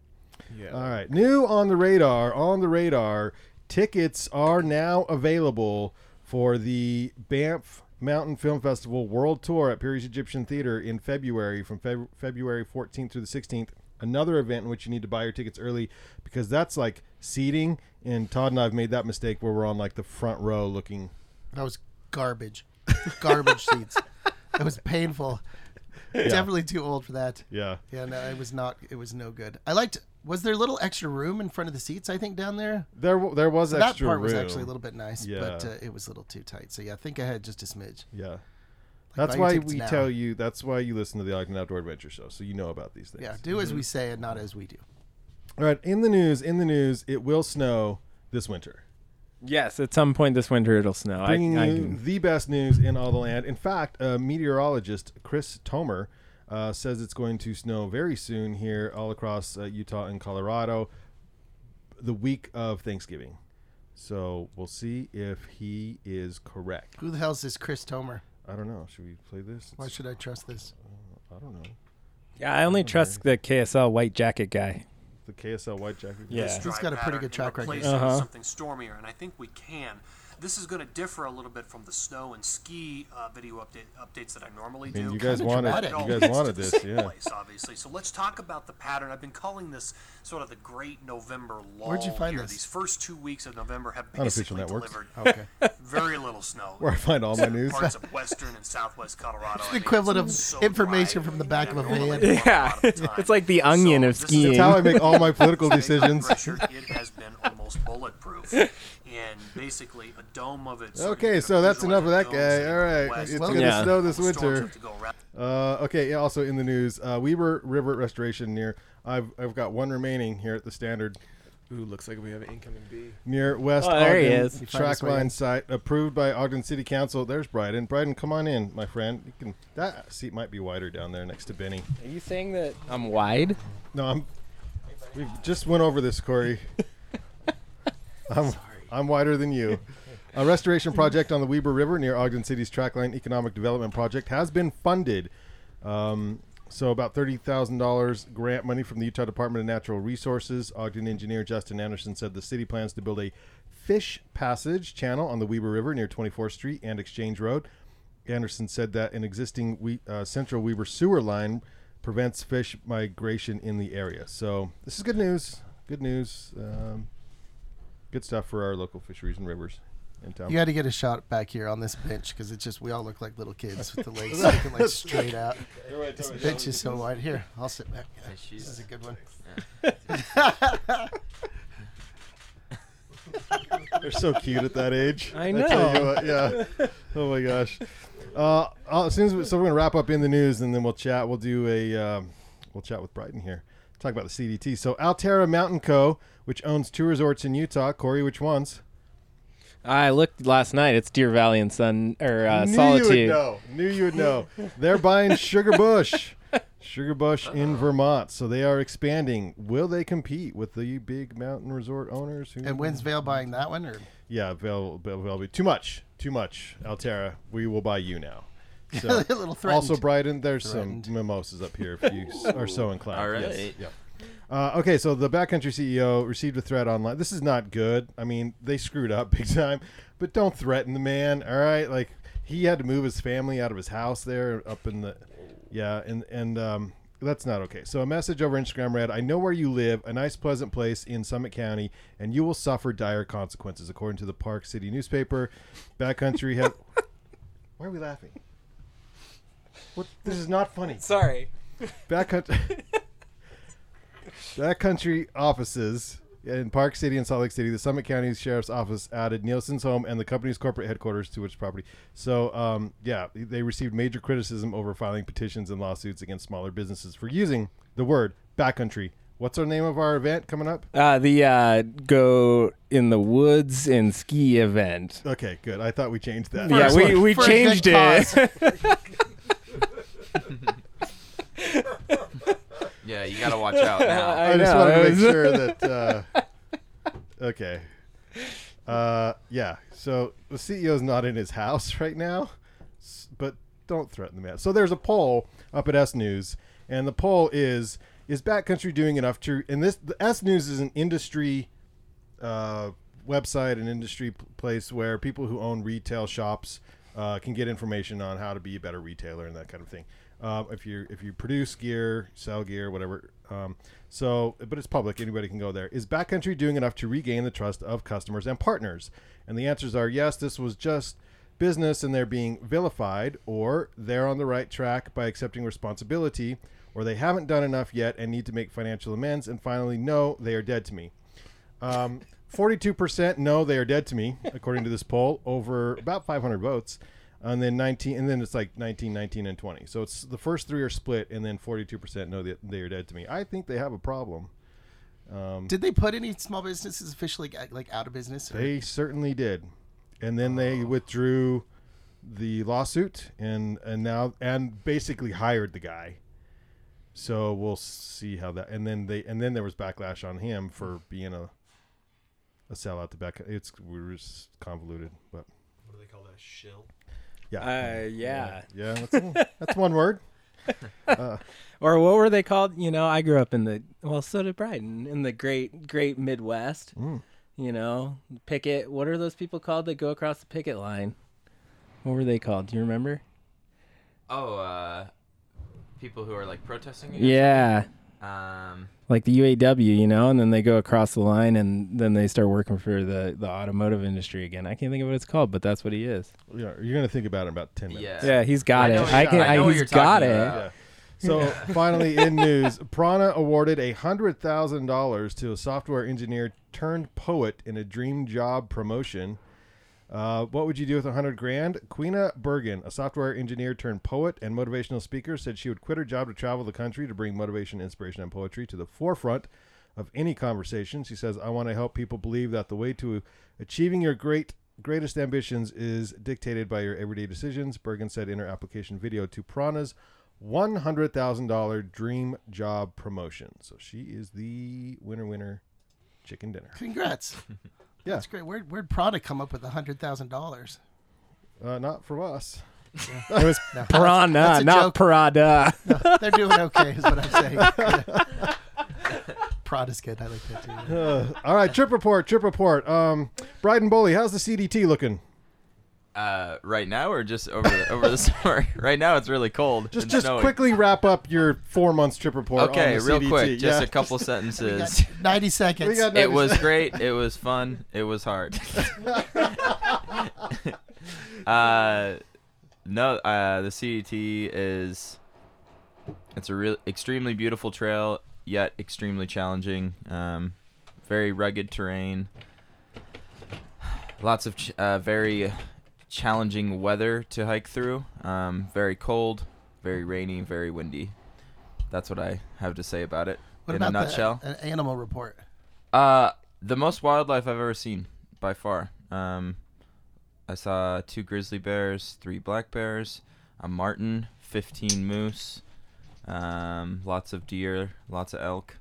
Yeah.
All right. New on the radar, on the radar, tickets are now available for the Banff Mountain Film Festival World Tour at Perry's Egyptian Theater in February from Feb- February 14th through the 16th. Another event in which you need to buy your tickets early because that's like seating. And Todd and I have made that mistake where we're on like the front row looking.
That was garbage. Garbage seats.
*laughs*
That was painful. Definitely too old for that.
Yeah.
Yeah, no, it was not. It was no good. I liked. Was there a little extra room in front of the seats? I think down there.
There, w- there was
that
extra
part
room.
was actually a little bit nice, but
Yeah.
uh, it was a little too tight. So yeah, I think I had just a smidge.
Yeah. That's
buy your
why
tickets
we
now.
tell you. That's why you listen to the Ogden Outdoor Adventure Show, so you know about these things.
Yeah, do as we say and not as we do.
All right. In the news. In the news. It will snow this winter.
Yes, at some point this winter it'll snow. I, I
bringing you
can,
the best news in all the land. In fact, uh, meteorologist Chris Tomer uh, says it's going to snow very soon here, all across uh, Utah and Colorado, the week of Thanksgiving. So we'll see if he is correct.
Who the hell's this Chris Tomer?
I don't know. Should we play this?
Why should I trust this?
I don't know.
yeah, I only trust the KSL white jacket guy.
The KSL White Jacket.
Yeah.
He's got a pretty good track record.
uh
Uh-huh.
Something stormier, and I think we can. This is going to differ a little bit from the snow and ski uh, video update, updates that I normally
I
do.
mean, you guys wanted.
dramatic.
You
It
guys
all
wanted
leads
this.
to the same
Yeah.
Place, obviously. So let's talk about the pattern. I've been calling this sort of the Great November lull.
Where'd you find
here.
this?
These first two weeks of November have basically
Unofficial networks.
delivered
Okay.
very little snow.
*laughs* Where I
*laughs*
find
*laughs*
all my
Certain
news.
Parts of western and southwest Colorado.
the equivalent of information from the back of a van.
Yeah.
*laughs*
*laughs* It's like the onion of skiing.
That's how I make all my
*laughs*
political decisions.
Pressure, it has been almost bulletproof, and basically a dome of it. so
Okay,
you can
so that's
visualize
enough of that
domes
guy.
in the
All right,
west.
it's
Well,
gonna
yeah.
snow this
Storms
winter.
have to go around.
Uh, okay. yeah, Also in the news, uh, Weber River restoration near. I've I've got one remaining here at the standard
Ooh, looks like we have an incoming bee.
near West
Oh, there he
Ogden
is. You
find
track
us way
line
in.
site approved by Ogden City Council. There's Bryden. Bryden, come on in, my friend. You can that seat might be wider down there next to Benny.
Are you saying that I'm wide?
No, I'm. We just went over this, Corey. I'm, I'm wider than you. A restoration project on the Weber River near Ogden City's Trackline Economic Development Project has been funded. Um, so about thirty thousand dollars grant money from the Utah Department of Natural Resources. Ogden engineer Justin Anderson said the city plans to build a fish passage channel on the Weber River near 24th Street and Exchange Road. Anderson said that an existing we, uh, central Weber sewer line prevents fish migration in the area. So this is good news. Good news. Um, good stuff for our local fisheries and rivers in town.
You got to get a shot back here on this bench because it's just we all look like little kids with the legs sticking like straight out. This bench is so wide. Here, I'll sit back. Yeah, this is a good one.
They're so cute at that age. tell
I
you
know.
what,
*laughs*
yeah. Oh my gosh. Uh, uh, as soon as we, so we're gonna wrap up in the news, and then we'll chat. We'll do a um, we'll chat with Brighton here. Talk about the CDT. So Altera Mountain Co., which owns two resorts in Utah, Corey, which ones?
I looked last night. It's Deer Valley and Sun or uh,
Knew you would
Solitude.
know. Knew you would know. They're buying Sugar
*laughs*
Bush, Sugar Bush in Vermont. So they are expanding. Will they compete with the big mountain resort owners? Who
And when's Vale buying that one? Or
Yeah, Vel, Vel, Vel, too much, too much. Altera, we will buy you
*laughs*
now. So,
a little threatened.
Also, Bryden, there's
Threatened.
some mimosas up here if you s- are
*laughs*
so inclined.
All
Yes.
right.
Yeah. Uh, okay, so the backcountry CEO received a threat online. This is not good. I mean, they screwed up *laughs* big time, but don't threaten the man. All right, like he had to move his family out of his house there up in the, yeah, and and um, that's not okay. So a message over Instagram read, "I know where you live, a nice, pleasant place in Summit County, and you will suffer dire consequences," according to the Park City newspaper. Backcountry has. Why are we laughing? What? This is not funny.
Sorry.
Backcountry. Backcountry offices in Park City and Salt Lake City. The Summit County Sheriff's Office added Nielsen's home and the company's corporate headquarters to its property. So, um, yeah, they received major criticism over filing petitions and lawsuits against smaller businesses for using the word backcountry. What's our name of our event coming up?
Uh, the uh, go in the woods and ski event.
Okay, good. I thought we changed that.
yeah, we, we
for a good
changed
cause.
it.
Yeah, you gotta watch
*laughs*
out now.
I just
know,
wanted to
it
make
was- *laughs*
sure that. Uh, okay. Uh, yeah. So the CEO's not in his house right now, s- but don't threaten the man. So there's a poll up at S News, and the poll is: Is backcountry doing enough to? And this the S News is an industry uh, website, an industry p- place where people who own retail shops uh, can get information on how to be a better retailer and that kind of thing. Um, if you if you produce gear, sell gear, whatever. Um, so, but it's public; anybody can go there. Is Backcountry doing enough to regain the trust of customers and partners? And the answers are yes. This was just business, and they're being vilified, or they're on the right track by accepting responsibility, or they haven't done enough yet and need to make financial amends. And finally, no, they are dead to me. Um, 42% no, they are dead to me, according to this poll, over about 500 votes. And then 19, and then it's like 19, 19, and 20. So it's the first three are split, and then 42% no, they, they are dead to me. I think they have a problem.
Did they put any small businesses officially like, like out of business? Or,
They certainly did. And then they withdrew the lawsuit and and now and basically hired the guy. So we'll see how that and then they and then there was backlash on him for being a a sellout the back it's we're just convoluted, but
What do they call that? Shill.
yeah.
Uh, yeah.
yeah, that's, that's one word.
Or what were they called? You know, I grew up in the well, so did Bryden in the great great Midwest. You know, picket. What are those people called that go across the picket line? What were they called? Do you remember?
Oh, uh, people who are like protesting. against
Yeah,
it? Um,
like the UAW. You know, and then they go across the line, and then they start working for the the automotive industry again. I can't think of what it's called, but that's what he is.
Yeah, you're going to think about it in about 10 minutes.
yeah.
Yeah, he's got
I
it.
know what
I
you're-
can.
I know
I,
what
he's
you're
got
talking
it.
about.
Yeah. So finally, in news, Prana awarded a hundred thousand dollars to a software engineer turned poet in a dream job promotion. Uh, what would you do with a hundred grand? Quina Bergen, a software engineer turned poet and motivational speaker, said she would quit her job to travel the country to bring motivation, inspiration, and poetry to the forefront of any conversation. She says, "I want to help people believe that the way to achieving your great." Greatest ambitions is dictated by your everyday decisions, Bergen said in her application video to Prana's $100,000 dream job promotion. So she is the winner, winner, chicken dinner. *laughs*
congrats.
Yeah.
That's great. Where where'd Prada come up with a hundred thousand dollars?
Uh, not from us.
It was Prana,
a
not
joke.
Prada.
They're doing okay, is what I'm saying.
*laughs*
Prada's good. I like that too.
All right, trip report, trip report. Um, Bryden Boley, how's the CDT looking?
Uh, right now or just over the, *laughs* over the summer? right now it's really cold.
Just,
and
just
snowy.
quickly wrap up your four months trip report.
Okay,
on the
real
CDT.
quick, just
Yeah.
a couple sentences.
Ninety
*laughs*
seconds.
We got
It
90 *laughs*
was
seconds.
great. It was fun. It was hard. *laughs* uh, no, uh, the CDT is it's a real extremely beautiful trail, yet extremely challenging. Um, very rugged terrain. Lots of ch- uh, very challenging weather to hike through. Um, very cold, very rainy, very windy. That's what I have to say about it
what
in
about
a nutshell.
The, an animal report?
Uh, the most wildlife I've ever seen by far. Um, I saw two grizzly bears, three black bears, a marten, fifteen moose, um, lots of deer, lots of elk.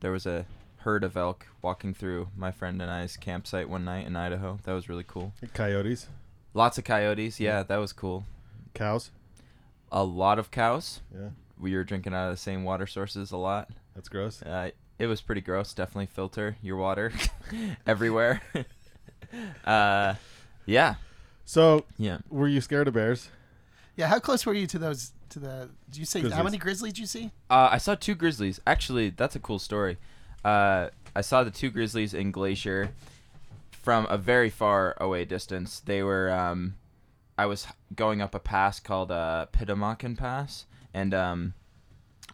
There was a herd of elk walking through my friend and I's campsite one night in Idaho. That was really cool.
Coyotes,
Lots of coyotes. Yeah, that was cool.
cows.
A lot of cows.
Yeah,
We were drinking out of the same water sources a lot.
that's gross.
Uh, it was pretty gross. Definitely filter your water *laughs* everywhere. uh, yeah,
So,
yeah.
were you scared of bears?
Yeah, how close were you to those? To the? Did you say
Grizzlies.
how many grizzlies did you see?
Uh, I saw two grizzlies. Actually, that's a cool story. Uh, I saw the two grizzlies in Glacier from a very far away distance. They were. Um, I was h- going up a pass called uh, Pitamakan Pass, and um,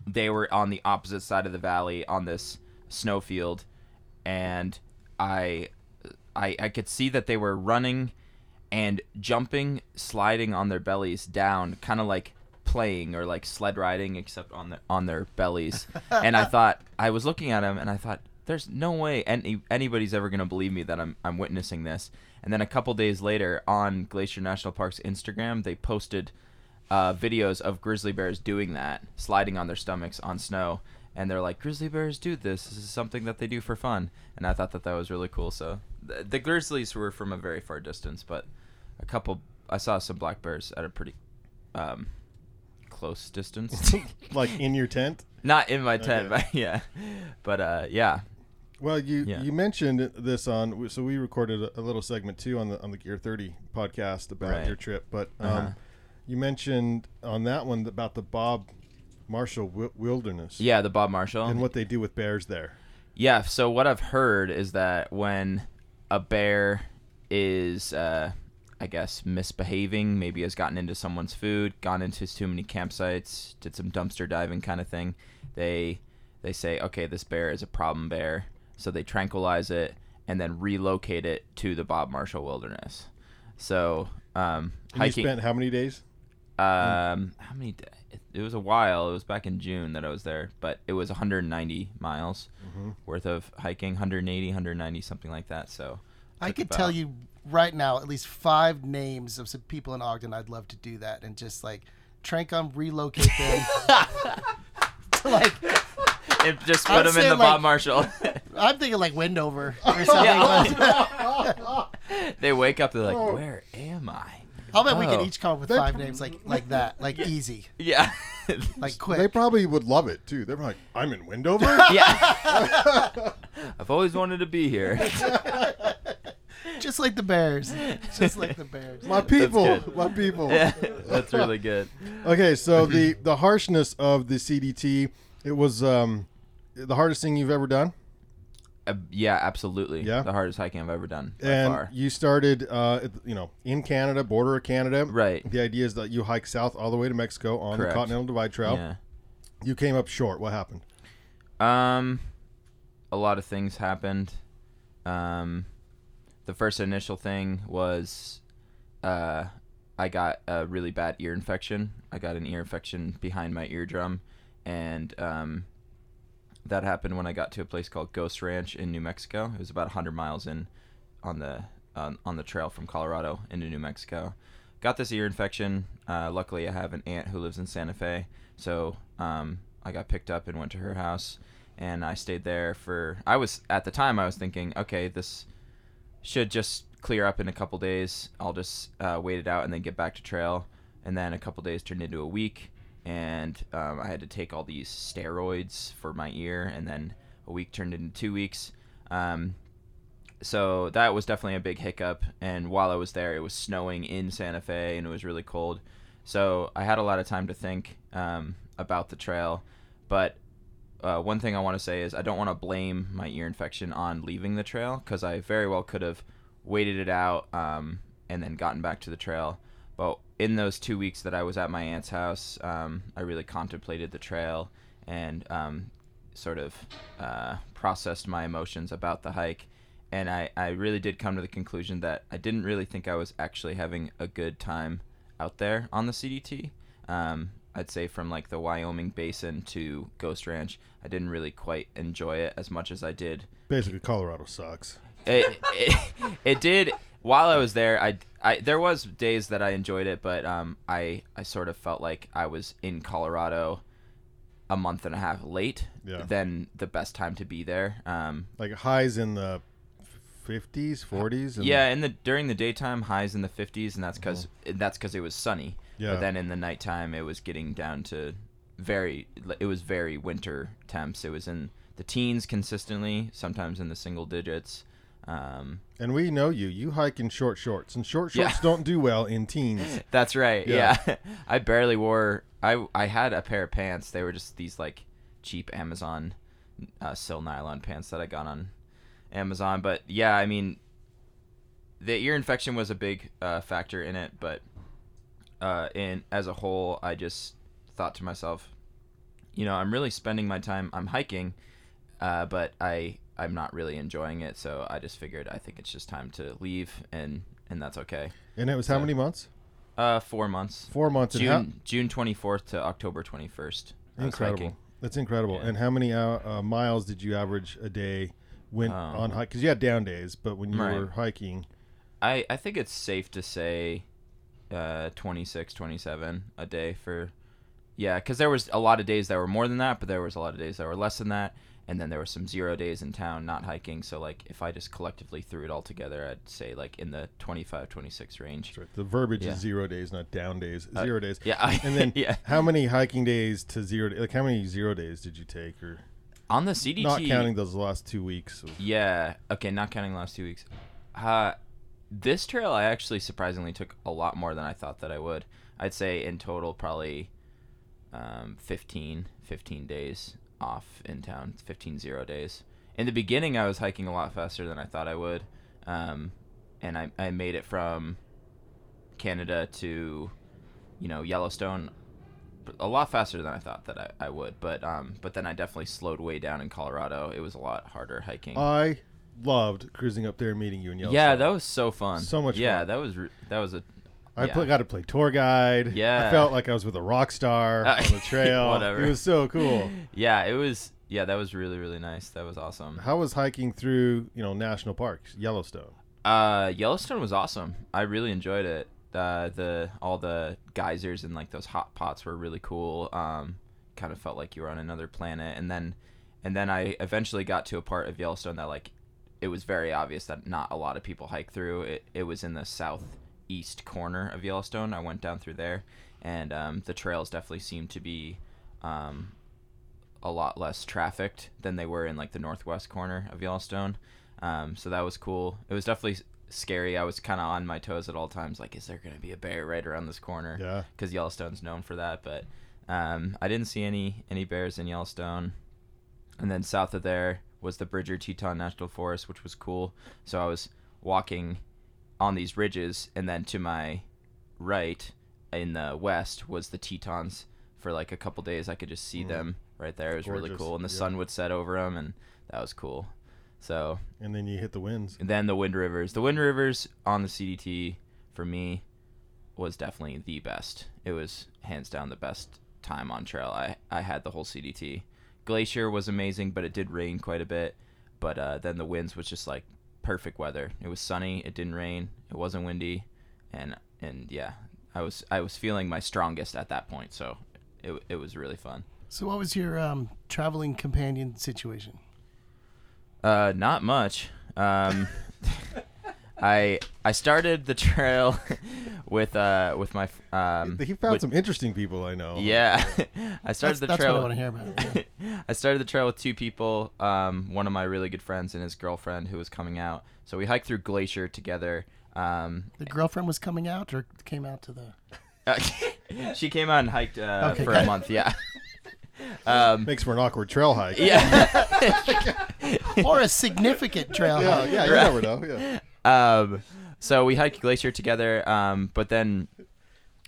they were on the opposite side of the valley on this snowfield, and I, I, I could see that they were running and jumping, sliding on their bellies down, kind of like playing or like sled riding, except on their on their bellies. and I thought I was looking at him, and I thought, "There's no way any anybody's ever gonna believe me that I'm I'm witnessing this." And then a couple days later, on Glacier National Park's Instagram, they posted uh, videos of grizzly bears doing that, sliding on their stomachs on snow. And they're like, grizzly bears do this. This is something that they do for fun. And I thought that that was really cool. So the, the grizzlies were from a very far distance, but a couple, I saw some black bears at a pretty um, close distance.
Like in your tent?
*laughs* Not in my tent, but yeah. But uh, yeah,
Well, you
Yeah.
you mentioned this on so we recorded a, a little segment too on the on the Gear Thirty podcast about
Right. Uh-huh.
your trip, but um, you mentioned on that one about the Bob Marshall w- Wilderness
Yeah, the Bob Marshall.
and what they do with bears there.
Yeah. So what I've heard is that when a bear is, uh, I guess, misbehaving, maybe has gotten into someone's food, gone into too many campsites, did some dumpster diving kind of thing, they they say, okay, this bear is a problem bear, so they tranquilize it and then relocate it to the Bob Marshall Wilderness. So um,
And
hiking.
you spent how many days?
Um, how many? d- it- It was a while. It was back in June that I was there, but it was 190 miles worth of hiking, 180, 190, something like that. So
I
took
could
about-
tell you right now at least five names of some people in Ogden I'd love to do that and just like trank them, relocate
*laughs*
them. like
It just
I'd
put them in
say,
the
like-
Bob Marshall. *laughs*
I'm thinking like Wendover or something.
they wake up. They're like, "Where am I?"
How about we
Oh.
can each come up with five names like like that, like easy,
*laughs* Yeah,
like quick.
They probably would love it too. They're like, I'm in Wendover.
*laughs* yeah. I've always wanted to be here.
just like the
*laughs*
Bears. Just like the Bears.
my people,
good.
my people.
That's really good.
Okay, *laughs* so the the harshness of the CDT, it was um, the hardest thing you've ever done.
Uh, yeah, absolutely.
Yeah.
the hardest hiking I've ever done by
and
far.
you started uh at- you know in canada border of canada
Right.
the idea is that you hike south all the way to mexico on
Correct.
the continental divide trail
yeah.
you came up short what happened
Um, a lot of things happened. Um, the first initial thing was, uh, I got a really bad ear infection. I got an ear infection behind my eardrum, and um, that happened when I got to a place called Ghost Ranch in New Mexico. It was about 100 miles in on the on, on the trail from Colorado into New Mexico. Got this ear infection. Uh, luckily, I have an aunt who lives in Santa Fe, so um, I got picked up and went to her house, and I stayed there for. I was at the time I was thinking, okay, this should just clear up in a couple days. I'll just uh, wait it out and then get back to trail. And then a couple days turned into a week, and um, I had to take all these steroids for my ear. And then a week turned into two weeks. Um, so that was definitely a big hiccup. And while I was there, it was snowing in Santa Fe and it was really cold. So I had a lot of time to think um, about the trail. But uh, one thing I want to say is I don't want to blame my ear infection on leaving the trail because I very well could have waited it out um, and then gotten back to the trail. But in those two weeks that I was at my aunt's house, um, I really contemplated the trail and um, sort of uh, processed my emotions about the hike. And I, I really did come to the conclusion that I didn't really think I was actually having a good time out there on the CDT. Um, I'd say from like the Wyoming Basin to Ghost Ranch, I didn't really quite enjoy it as much as I did
basically colorado sucks
it, it, *laughs* it did while I was there. I, I there was days that I enjoyed it, but um, I I sort of felt like I was in Colorado a month and a half late
Yeah.
than the best time to be there. Um,
like highs in the 50s 40s and
yeah, in the during the daytime highs in the 50s, and that's because that's because it was sunny.
Mm-hmm. Yeah.
But then in the nighttime, it was getting down to very. It was very winter temps. It was in the teens consistently, sometimes in the single digits. Um,
and we know you you hike in short shorts and short
Yeah.
shorts don't do well in
*laughs*
teens
That's right.
Yeah.
Yeah. *laughs* I barely wore. I I had a pair of pants. They were just these like cheap Amazon uh, sill nylon pants that I got on Amazon. But yeah, I mean, the ear infection was a big uh, factor in it. But uh, in as a whole, I just thought to myself, you know, I'm really spending my time. I'm hiking, uh, but I I'm not really enjoying it. So I just figured I think it's just time to leave, and and that's okay.
and it was how many months
Uh, four months.
four months and how-
June June twenty fourth to October twenty first.
incredible that's incredible and how many uh, uh, miles did you average a day when on hike because you had down days but when you
Oh. Right.
were hiking
I I think it's safe to say, uh, 26, 27 a day for, yeah, because there was a lot of days that were more than that, but there was a lot of days that were less than that, and then there were some zero days in town not hiking. So like if I just collectively threw it all together, I'd say like in the 25, 26 range.
Right. The verbiage
Yeah. Uh,
is zero days, not down days. Zero days.
yeah.
and then
*laughs* Yeah.
how many hiking days to zero? Like how many zero days did you take? Or
on the CDT.
Not counting those last two weeks.
Yeah. Okay, not counting the last two weeks. Uh, this trail I actually surprisingly took a lot more than I thought that I would. I'd say in total probably um, 15, 15 days off in town, 15 zero days. In the beginning, I was hiking a lot faster than I thought I would, um, and I, I made it from Canada to, you know, Yellowstone a lot faster than I thought that I, I would. But um, but then I definitely slowed way down in Colorado. It was a lot harder hiking.
I loved cruising up there and meeting you in Yellowstone.
yeah, that was so fun.
So much
Yeah,
fun.
that was re- that was a.
I
yeah.
pl- got to play tour guide.
Yeah.
I felt like I was with a rock
*laughs*
star
Uh,
on the trail.
whatever.
It was so
*laughs*
cool.
Yeah, it was. Yeah, that was really really nice. That was awesome.
How was hiking through you know national parks, Yellowstone?
Uh, Yellowstone was awesome. I really enjoyed it. Uh, the all the geysers and like those hot pots were really cool. Um, kind of felt like you were on another planet. And then, and then I eventually got to a part of Yellowstone that like, it was very obvious that not a lot of people hike through. It it was in the southeast corner of Yellowstone. I went down through there, and um, the trails definitely seemed to be, um, a lot less trafficked than they were in like the northwest corner of Yellowstone. Um, so that was cool. It was definitely s- scary. I was kind of on my toes at all times. Like, is there going to be a bear right around this corner?
Yeah.
Because Yellowstone's known for that. But um, I didn't see any any bears in Yellowstone. And then south of there was the Bridger Teton National Forest, which was cool. So I was walking on these ridges, and then to my right in the west was the Tetons. For like a couple days, I could just see them right there. It was really
Mm. gorgeous.
cool, and the
Yeah.
sun would set over them, and that was cool. So
And then you hit the winds.
and then the Wind Rivers. The Wind Rivers on the CDT for me was definitely the best. It was hands down the best time on trail I, I had the whole CDT. Glacier was amazing, but it did rain quite a bit. But uh, then the winds was just like perfect weather. It was sunny, it didn't rain, it wasn't windy, and and yeah, I was I was feeling my strongest at that point. So it it was really fun.
So, what was your um, traveling companion situation?
Uh, not much.
*laughs*
Um, I I started the trail *laughs* with uh with my f- um.
He found
with-
some interesting people I know.
Yeah, *laughs* I
That's,
started the
that's
trail.
what I want to hear about.
*laughs*
Yeah.
I started the trail with two people, um, one of my really good friends and his girlfriend who was coming out. So we hiked through Glacier together. Um,
the girlfriend was coming out or came out to the.
she came out and hiked uh,
Okay,
for
got
a
it. *laughs*
month. Yeah,
Makes for an awkward trail hike.
yeah.
Or a
*laughs*
significant trail.
Yeah,
hike.
yeah, you never know. Yeah.
um, so we hiked Glacier together, um, but then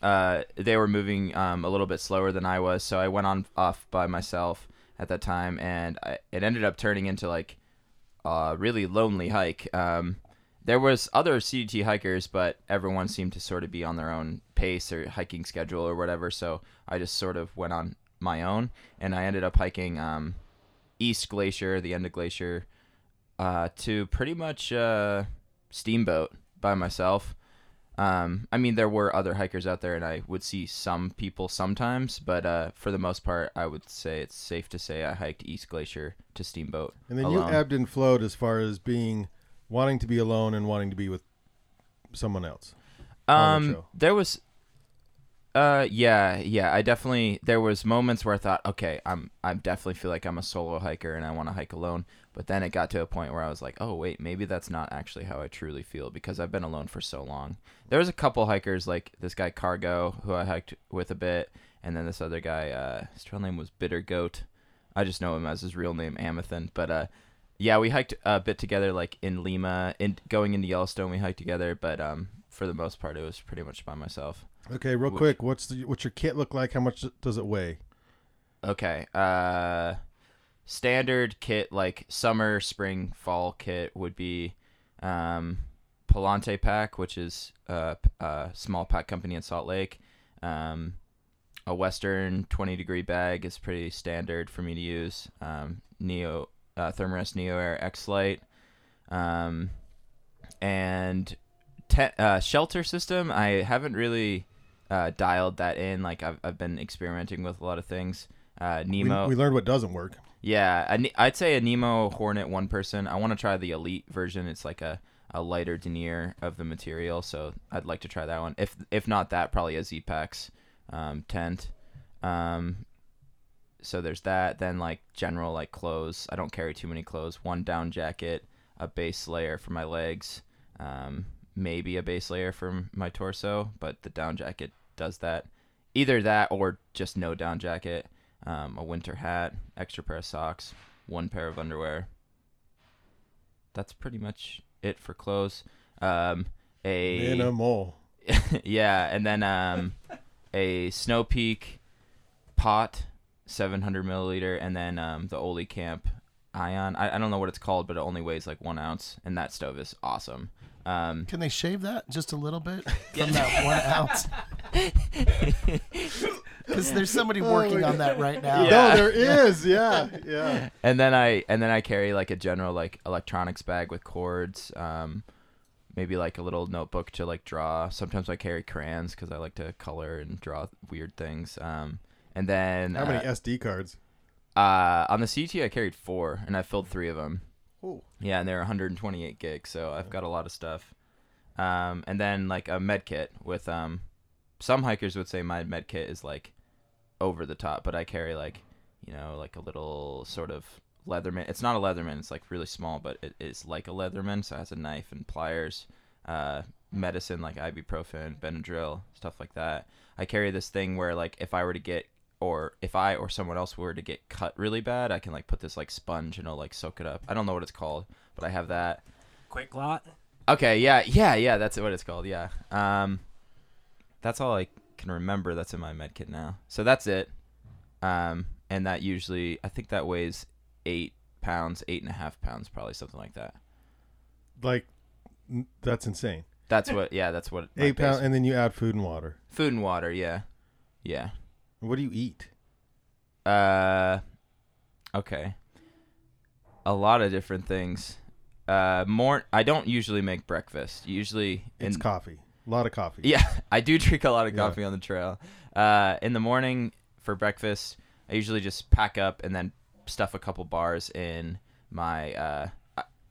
uh, they were moving um, a little bit slower than I was, so I went on off by myself at that time, and I, it ended up turning into like a really lonely hike. Um, there was other CDT hikers, but everyone seemed to sort of be on their own pace or hiking schedule or whatever. So I just sort of went on my own, and I ended up hiking um, East Glacier, the end of Glacier, uh, to pretty much uh, Steamboat by myself. Um, I mean, there were other hikers out there, and I would see some people sometimes, but uh, for the most part, I would say it's safe to say I hiked East Glacier to Steamboat.
And then
alone.
you ebbed and flowed as far as being wanting to be alone and wanting to be with someone else. on the
Um,
show?
there was, uh, yeah, yeah. I definitely there was moments where I thought, okay, I'm, I definitely feel like I'm a solo hiker and I want to hike alone. But then it got to a point where I was like, oh wait, maybe that's not actually how I truly feel because I've been alone for so long. There was a couple hikers like this guy Cargo who I hiked with a bit, and then this other guy. Uh, his trail name was Bitter Goat. I just know him as his real name, Amethan. But uh, yeah, we hiked a bit together, like in Lima, and going into Yellowstone, we hiked together. But um, for the most part, it was pretty much by myself.
Okay, real
Which-
quick, what's the, what's your kit look like? How much does it weigh?
Okay. Uh, standard kit like summer, spring, fall kit would be um, Palante Pack, which is a, a small pack company in Salt Lake. Um, a Western 20 degree bag is pretty standard for me to use. Um, Neo uh, Thermarest Neo Air X Lite, um, and te- uh, shelter system. I haven't really uh, dialed that in. Like I've, I've been experimenting with a lot of things. Uh,
We,
Nemo.
we learned what doesn't work.
Yeah, a Ne- I'd say a Nemo Hornet one person. I want to try the Elite version. It's like a, a lighter denier of the material, so I'd like to try that one. If if not that, probably a Z-Pax um, tent. Um,
so there's that. Then like general like clothes. I don't carry too many clothes. One down jacket, a base layer for my legs, um, maybe a base layer for m- my torso, but the down jacket does that. Either that or just no down jacket, um, a winter hat, extra pair of socks, one pair of underwear. That's pretty much it for clothes. Um, a
Minimal.
*laughs* yeah, and then um, a Snow Peak pot, 700 milliliter, and then um, the Oli Camp Ion. I, I don't know what it's called, but it only weighs like one ounce, and that stove is awesome. Um,
Can they shave that just a little bit
*laughs*
from that one ounce? Because there's somebody
Oh,
working on that right now.
No, there is. Yeah,
*laughs*
yeah.
and then I and then I carry like a general like electronics bag with cords, um, maybe like a little notebook to like draw. Sometimes I carry crayons because I like to color and draw weird things. Um, and then
How many
uh,
SD cards?
Uh, on the CT, I carried four, and I filled three of them.
Oh.
Yeah, and they're 128 gigs, so I've got a lot of stuff. Um, and then like a med kit with um, some hikers would say my med kit is like over the top, but I carry like you know like a little sort of Leatherman. It's not a Leatherman. It's like really small, but it is like a Leatherman, so it has a knife and pliers, uh, medicine like ibuprofen, Benadryl, stuff like that. I carry this thing where like if I were to get or if I or someone else were to get cut really bad, I can like put this like sponge and it'll like soak it up. I don't know what it's called, but I have that.
Quick lot.
Okay, yeah, yeah, yeah. That's what it's called. Yeah. Um, that's all I can remember. That's in my med kit now. So that's it. Um, and that usually, I think that weighs eight pounds, eight and a half pounds, probably something like that.
Like, n- that's insane. *laughs*
That's what. Yeah, that's what. my
Eight
base-
pound, and then you add food and water.
Food and water. Yeah. Yeah.
What do you eat?
Uh, okay. A lot of different things. Uh, more. I don't usually make breakfast. Usually,
It's
in,
coffee. A lot of coffee.
*laughs* yeah, I do drink a lot of
Yeah.
coffee on the trail. Uh, in the morning for breakfast, I usually just pack up and then stuff a couple bars in my. Uh,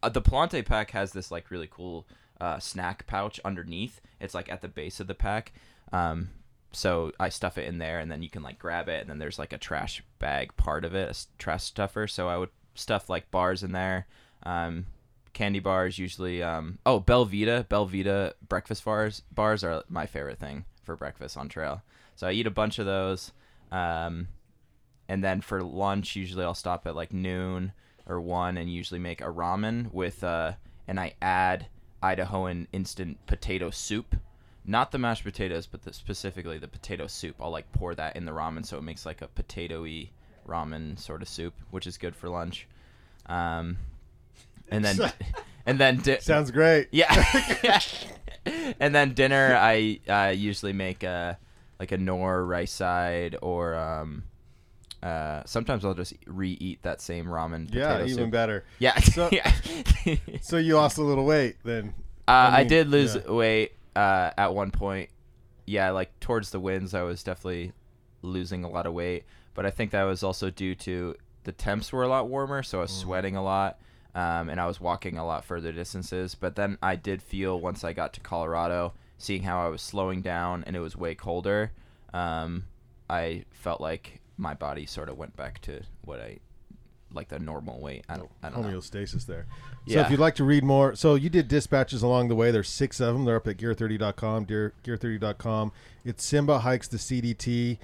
uh, the Palante pack has this like really cool uh, snack pouch underneath. It's like at the base of the pack. Um, so I stuff it in there, and then you can like grab it, and then there's like a trash bag part of it, a s- trash stuffer. So I would stuff like bars in there. Um, candy bars usually um oh belvita belvita breakfast bars bars are my favorite thing for breakfast on trail so i eat a bunch of those um and then for lunch usually i'll stop at like noon or one and usually make a ramen with uh and i add idahoan instant potato soup not the mashed potatoes but the, specifically the potato soup i'll like pour that in the ramen so it makes like a potatoy ramen sort of soup which is good for lunch um and then and then di-
Sounds great. *laughs*
yeah. *laughs* and then dinner, I uh, usually make a like a nor rice side, or um, uh, sometimes I'll just re-eat that same ramen.
Yeah,
potato
even
soup.
better.
Yeah,
So-
*laughs* yeah.
So you lost a little weight then.
uh, I,
mean,
did lose
yeah.
weight uh, at one point. Yeah, like towards the winds, I was definitely losing a lot of weight, but I think that was also due to the temps were a lot warmer, so I
Mm-hmm.
was sweating a lot, um, and I was walking a lot further distances. But then I did feel once I got to Colorado, seeing how I was slowing down and it was way colder, um, I felt like my body sort of went back to what I like the normal weight. I don't, I don't know.
homeostasis there. So
Yeah.
if you'd like to read more, so you did dispatches along the way. There's six of them. They're up at gear30.com, dear- gear30.com. It's Simba Hikes the CDT.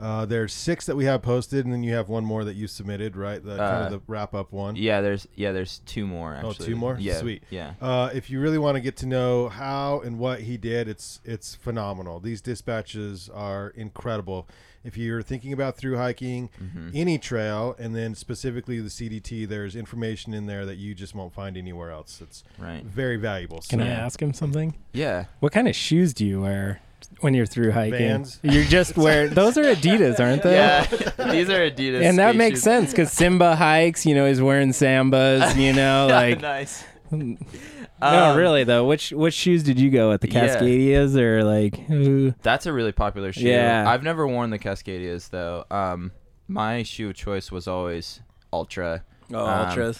Uh, there's six that we have posted, and then you have one more that you submitted, right? The kind
Uh,
of the wrap up one.
Yeah, there's yeah, there's two more
Oh,
actually.
two more.
Yeah,
sweet.
Yeah.
Uh, if you really want to get to know how and what he did, it's it's phenomenal. These dispatches are incredible. If you're thinking about through hiking
Mm-hmm.
any trail, and then specifically the CDT, there's information in there that you just won't find anywhere else. It's
Right.
very valuable. So
Can I ask him something?
Yeah.
What kind of shoes do you wear when you're through hiking?
Vans.
*laughs*
You're just wear those are Adidas, aren't they?
Yeah. *laughs* These are Adidas.
And that
skate
makes
shoes. *laughs*
sense because Simba hikes. You know, he's wearing sambas. You know, like
nice.
*laughs* no,
Um,
really though. Which which shoes did you go with? The
Yeah.
Cascadias or like? ooh.
That's a really popular shoe.
Yeah.
I've never worn the Cascadias though. Um, my shoe of choice was always Ultra.
Oh,
Um,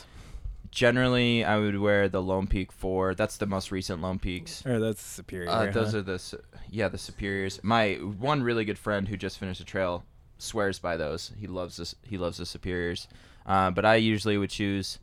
Generally, I would wear the Lone Peak Four. That's the most recent Lone Peaks.
Or that's superior.
Uh, those
huh?
are the su- yeah the superiors. My one really good friend who just finished a trail swears by those. He loves this. He loves the superiors. Uh, but I usually would choose.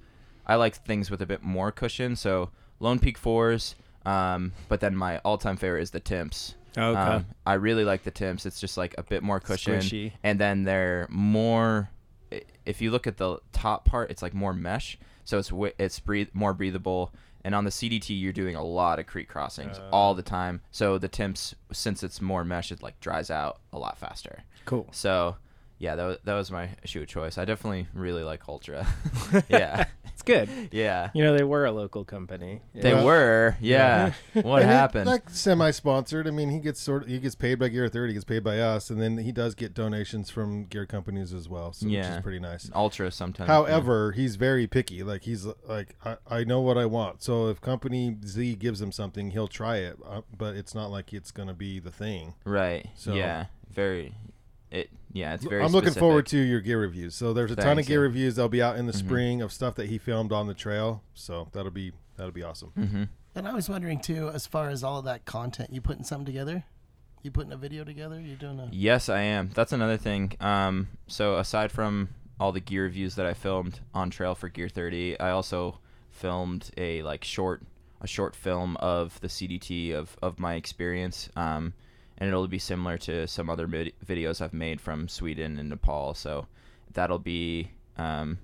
I like things with a bit more cushion. So Lone Peak fours. Um, but then my all-time favorite is the Timps.
Okay.
Um, I really like the Timps. It's just like a bit more cushion,
Squishy.
and then they're more. i- If you look at the top part, it's like more mesh, so it's wi- it's breathe, more breathable. And on the CDT, you're doing a lot of creek crossings
Uh.
all the time. So the Timps, since it's more mesh, it like dries out a lot faster.
Cool.
So, yeah, that was, that was my shoe choice. I definitely really like Ultra. *laughs*
*laughs*
yeah,
It's good.
yeah,
You know, they were a local company.
they were. Yeah,
*laughs*
what
And it-
happened?
Like semi-sponsored. I mean, he gets sort of he gets paid by Gear Thirty, he gets paid by us, and then he does get donations from gear companies as well, so which
Yeah.
is pretty nice.
Ultra sometimes. yeah.
However, he's very picky. Like he's like I, I know what I want. So if company Z gives him something, he'll try it, uh, but it's not like it's going to be the thing.
Right.
So-
yeah. Very. It. Yeah. It's very.
I'm looking
specific.
forward to your gear reviews. So there's a ton of
Thanks,
gear
yeah. Mm-hmm.
reviews that'll be out in the spring of stuff that he filmed on the trail. So that'll be that'll be awesome.
Mm-hmm.
And I was wondering too, as far as all of that content, you putting something together? You putting a video together? You doing a
Yes, I am. That's another thing. Um. So aside from all the gear reviews that I filmed on trail for Gear 30, I also filmed a like short a short film of the CDT of of my experience. Um. And it'll be similar to some other vid- videos I've made from Sweden and Nepal. So that'll be um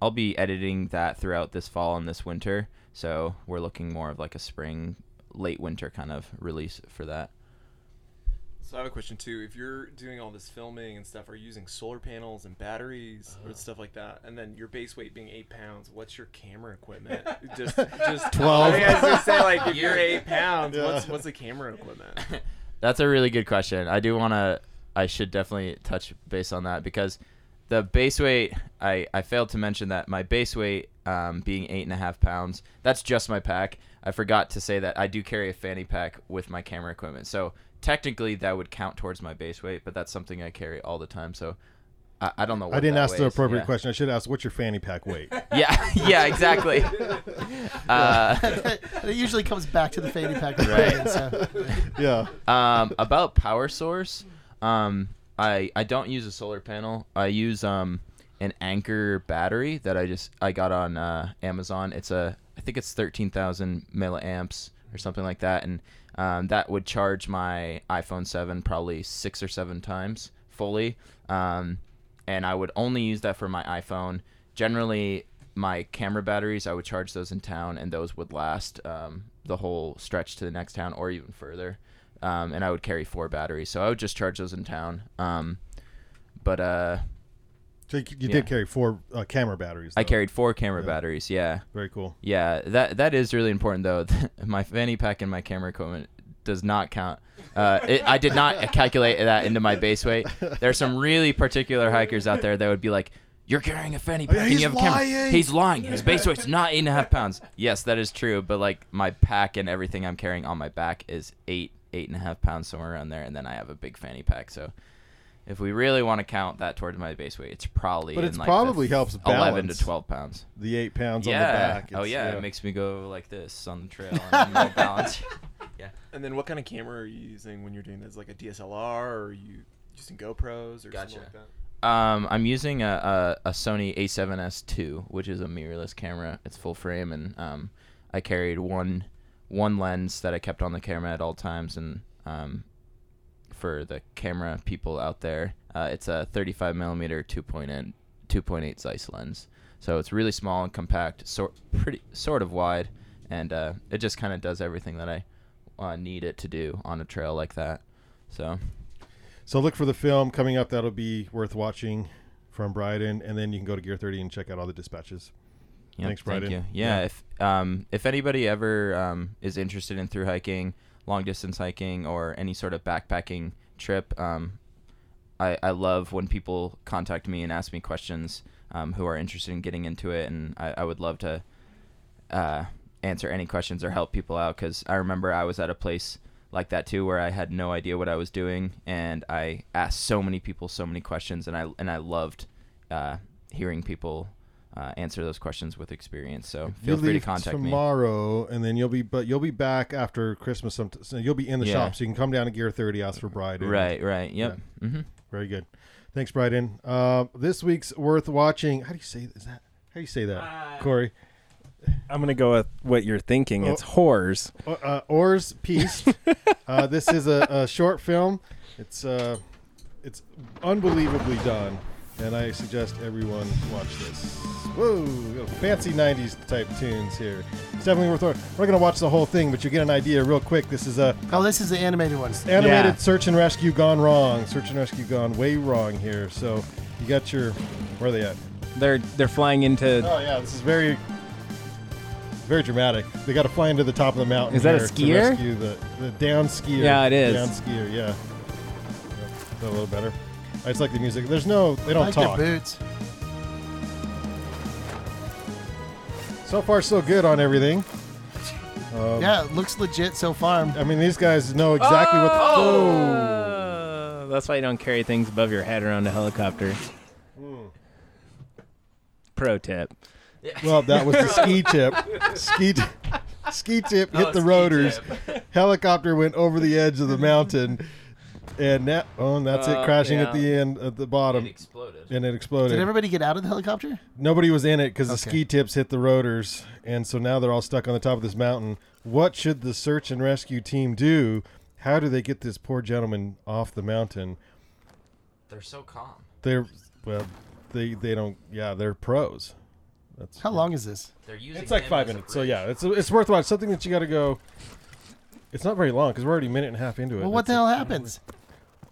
I'll be editing that throughout this fall and this winter. So we're looking more of like a spring, late winter kind of release for that.
So I have a question too. If you're doing all this filming and stuff, are you using solar panels and batteries or stuff like that? And then your base weight being eight pounds, what's your camera equipment? just, just
Twelve.
I, mean, I was gonna say like if you're eight pounds, what's what's the camera equipment?
That's a really good question. I do want to. I should definitely touch base on that because the base weight. I I failed to mention that my base weight um, being eight and a half pounds. That's just my pack. I forgot to say that I do carry a fanny pack with my camera equipment. So technically, that would count towards my base weight, but that's something I carry all the time. So. I, I don't know. What
I didn't
that
ask the
weighs.
appropriate
Yeah.
question. I should ask, what's your fanny
*laughs*
pack weight?
Yeah, yeah, exactly. uh,
And *laughs* it usually comes back to the fanny pack.
Right.
So
yeah.
um, about power source, um, I I don't use a solar panel. I use um, an anchor battery that I just I got on uh, Amazon. It's a I think it's thirteen thousand milliamps or something like that, and um, that would charge my iPhone seven probably six or seven times fully. Um, and I would only use that for my iPhone. Generally, my camera batteries, I would charge those in town, and those would last um, the whole stretch to the next town or even further. Um, and I would carry four batteries, so I would just charge those in town. Um, but uh,
So you, you
Yeah.
did carry four uh, camera batteries.
I
though.
carried four camera batteries. Yeah,
Very cool.
yeah. That that is really important though. *laughs* my fanny pack and my camera equipment does not count. Uh, it, I did
*laughs*
not calculate that into my base weight. There are some really particular hikers out there that would be like, "You're carrying a fanny pack and
he's
you have a camera."
lying!"
He's lying. His base weight's not eight and a half pounds. Yes, that is true. But like my pack and everything I'm carrying on my back is eight eight and a half pounds somewhere around there, and then I have a big fanny pack. So. If we really want to count that towards my base weight, it's probably
But
in
it's
like
probably
the
helps
eleven to
balance.
twelve pounds
The eight pounds on the
yeah.
back.
oh
It's-
yeah, it makes me go like this on the trail and i balance.
*laughs*
And then what kind of camera are you using when you're doing this? Like a DSLR or are you using GoPros or
Gotcha.
something like that?
Um, I'm using a, a, a Sony A7S II, which is a mirrorless camera. It's full frame, and um, I carried one one lens that I kept on the camera at all times. And um, for the camera people out there, uh, it's a 35 millimeter 2.8 2.8 Zeiss lens. So it's really small and compact, sort pretty sort of wide, and uh, it just kind of does everything that I uh, need it to do on a trail like that. So
So look for the film coming up. That'll be worth watching from Bryden, and then you can go to Gear Thirty and check out all the dispatches.
Yep,
Thanks,
thank
Brandon.
you. Yeah, if um, if anybody ever um, is interested in through hiking, long distance hiking, or any sort of backpacking trip, um, I, I love when people contact me and ask me questions um, who are interested in getting into it, and I, I would love to uh, answer any questions or help people out because I remember I was at a place like that too where I had no idea what I was doing, and I asked so many people so many questions, and I and I loved uh, hearing people uh, answer those questions with experience. So feel
you
free to
leave
contact me.
tomorrow, and then you'll be but you'll be back after Christmas. Some so you'll be in the
Yeah.
shop, so you can come down to Gear Thirty, ask for Bryden.
Right, right, yep. hmm
Very good. Thanks, Bryden. Uh, this week's worth watching. How do you say is that? How do you say that, Corey?
I'm gonna go with what you're thinking. It's whores.
O- Uh, Oars Peace. uh, this is a, a short film. It's uh, it's unbelievably done, and I suggest everyone watch this. Whoa, we got fancy '90s type tunes here. It's definitely worth. We're not gonna watch the whole thing, but you get an idea real quick. This is a
Oh, this is the animated one.
animated
Yeah.
search and rescue gone wrong. Search and rescue gone way wrong here. So you got your where are they at?
They're they're flying into.
Oh yeah, this is very very dramatic. They got to fly into the top of the mountain.
Is that a
here
skier?
To rescue the the down skier.
Yeah, it is.
Down skier. Yeah. Yep, Is that a little better. I just like the music. There's no they don't
like
talk.
their boots.
So far so good on everything. Oh.
yeah, it looks legit so far.
I mean these guys know exactly what. Oh.
Uh, that's why you don't carry things above your head around a helicopter. Pro tip.
Well, that was the ski tip. Ski t- ski tip hit the
ski
rotors. Helicopter went over the edge of the mountain, and that oh, and that's it,
Oh,
crashing at
yeah.
the end at the
It
bottom,
exploded.
and it exploded.
Did everybody get out of the helicopter?
Nobody was in it because the
Okay.
ski tips hit the rotors, and so now they're all stuck on the top of this mountain. What should the search and rescue team do? How do they get this poor gentleman off the mountain?
They're so calm.
They're well, they they don't. Yeah, they're pros. That's
How long is this?
They're using.
It's like
him
five
as a
minutes, so
bridge.
yeah, it's it's worth watching. Something that you got to go. It's not very long because we're already a minute and a half into it.
Well, what the
It's
hell happens?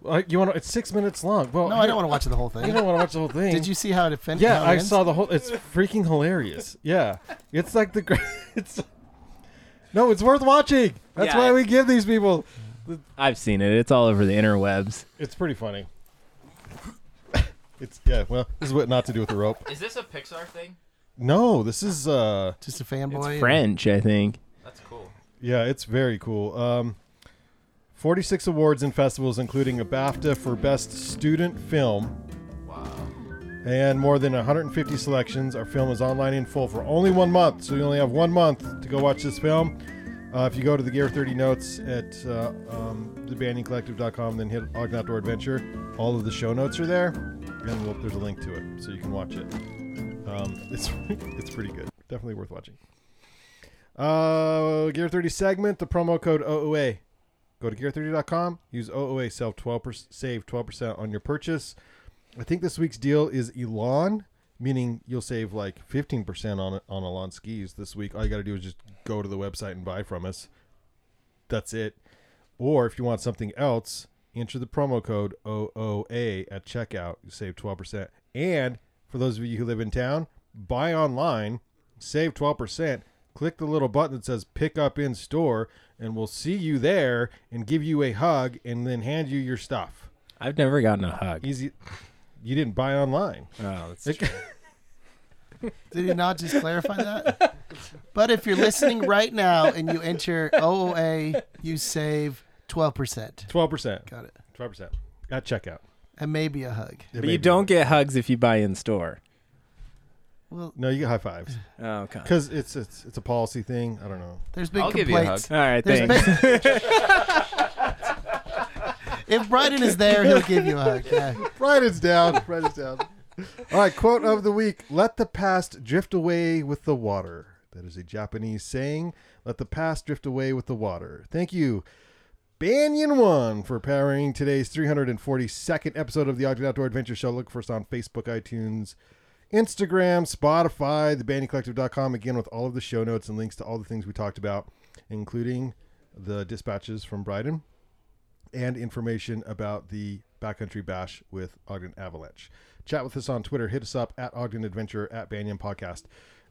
a- uh, you want? It's six minutes long. Well,
No, I don't want to watch the whole
You
thing.
don't want to watch the whole thing.
Did you see how it offended?
Yeah, I saw the whole. It's freaking hilarious. Yeah, it's like the. gr- *laughs* It's. No, it's worth watching. That's
Yeah,
why
I-
we give these people.
I've seen it. It's all over the interwebs.
It's pretty funny. It's yeah. Well, this is what not to do with the rope.
Is this a Pixar thing?
No, this is uh.
Just a fanboy.
It's French, I think.
That's cool.
Yeah, it's very cool. Um, 46 awards and festivals, including a BAFTA for Best Student Film. And more than 150 selections. Our film is online in full for only one month, so you only have one month to go watch this film. Uh, if you go to the Gear 30 Notes at uh, um, thebandingcollective.com, then hit Ogden Outdoor Adventure, all of the show notes are there, and we'll, there's a link to it, so you can watch it. Um, *laughs* it's it's pretty good. Definitely worth watching. Uh, Gear 30 segment, the promo code OOA. Go to gear30.com, use OOA, save 12%, save 12% on your purchase. I think this week's deal is Elon, meaning you'll save like 15% on on Elon skis this week. All you got to do is just go to the website and buy from us. That's it. Or if you want something else, enter the promo code OOA at checkout. You save 12%. And for those of you who live in town, buy online, save 12%. Click the little button that says pick up in store, and we'll see you there and give you a hug and then hand you your stuff.
I've never gotten a hug.
Easy. You didn't buy online.
Oh, that's
It-
Did he not just clarify that? *laughs* But if you're listening right now and you enter OOA, you save 12%.
12%.
Got it.
12% at checkout.
And maybe a hug.
but you don't get hugs if you buy in store.
Well,
No, you get high fives
Oh, come.
because it's, it's it's a policy thing. I don't know.
there's been
I'll give you a
complaints.
All right,
There's
thanks.
been- *laughs* if Bryden is there, he'll give you a hug. Yeah.
*laughs* Write it down. Write it down. All right, quote of the week Let the past drift away with the water. That is a Japanese saying. Let the past drift away with the water. Thank you, Banyan One, for powering today's 342nd episode of the Ogden Outdoor Adventure Show. Look for us on Facebook, iTunes, Instagram, Spotify, thebandycollective.com, again, with all of the show notes and links to all the things we talked about, including the dispatches from Bryden and information about the Backcountry Bash with Ogden Avalanche. Chat with us on Twitter. Hit us up at Ogden Adventure at Banyan Podcast.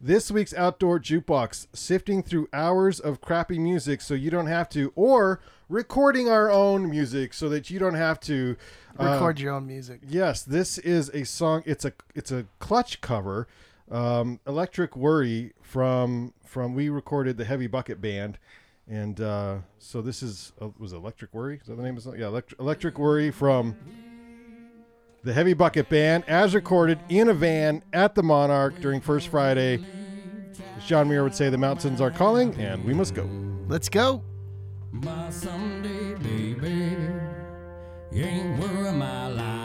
This week's outdoor jukebox, sifting through hours of crappy music so you don't have to, or recording our own music so that you don't have to. uh,
Record your own music.
Yes, this is a song. It's a it's a clutch cover, um, "Electric Worry" from from we recorded the Heavy Bucket Band, and uh, so this is uh, was it "Electric Worry." Is that the name of the song? Yeah, "Electric, Electric Worry" from the Heavy Bucket Band, as recorded in a van at the Monarch during First Friday. As John Muir would say, "The mountains are calling, and we must go."
Let's go.
My someday, baby, ain't worth my life.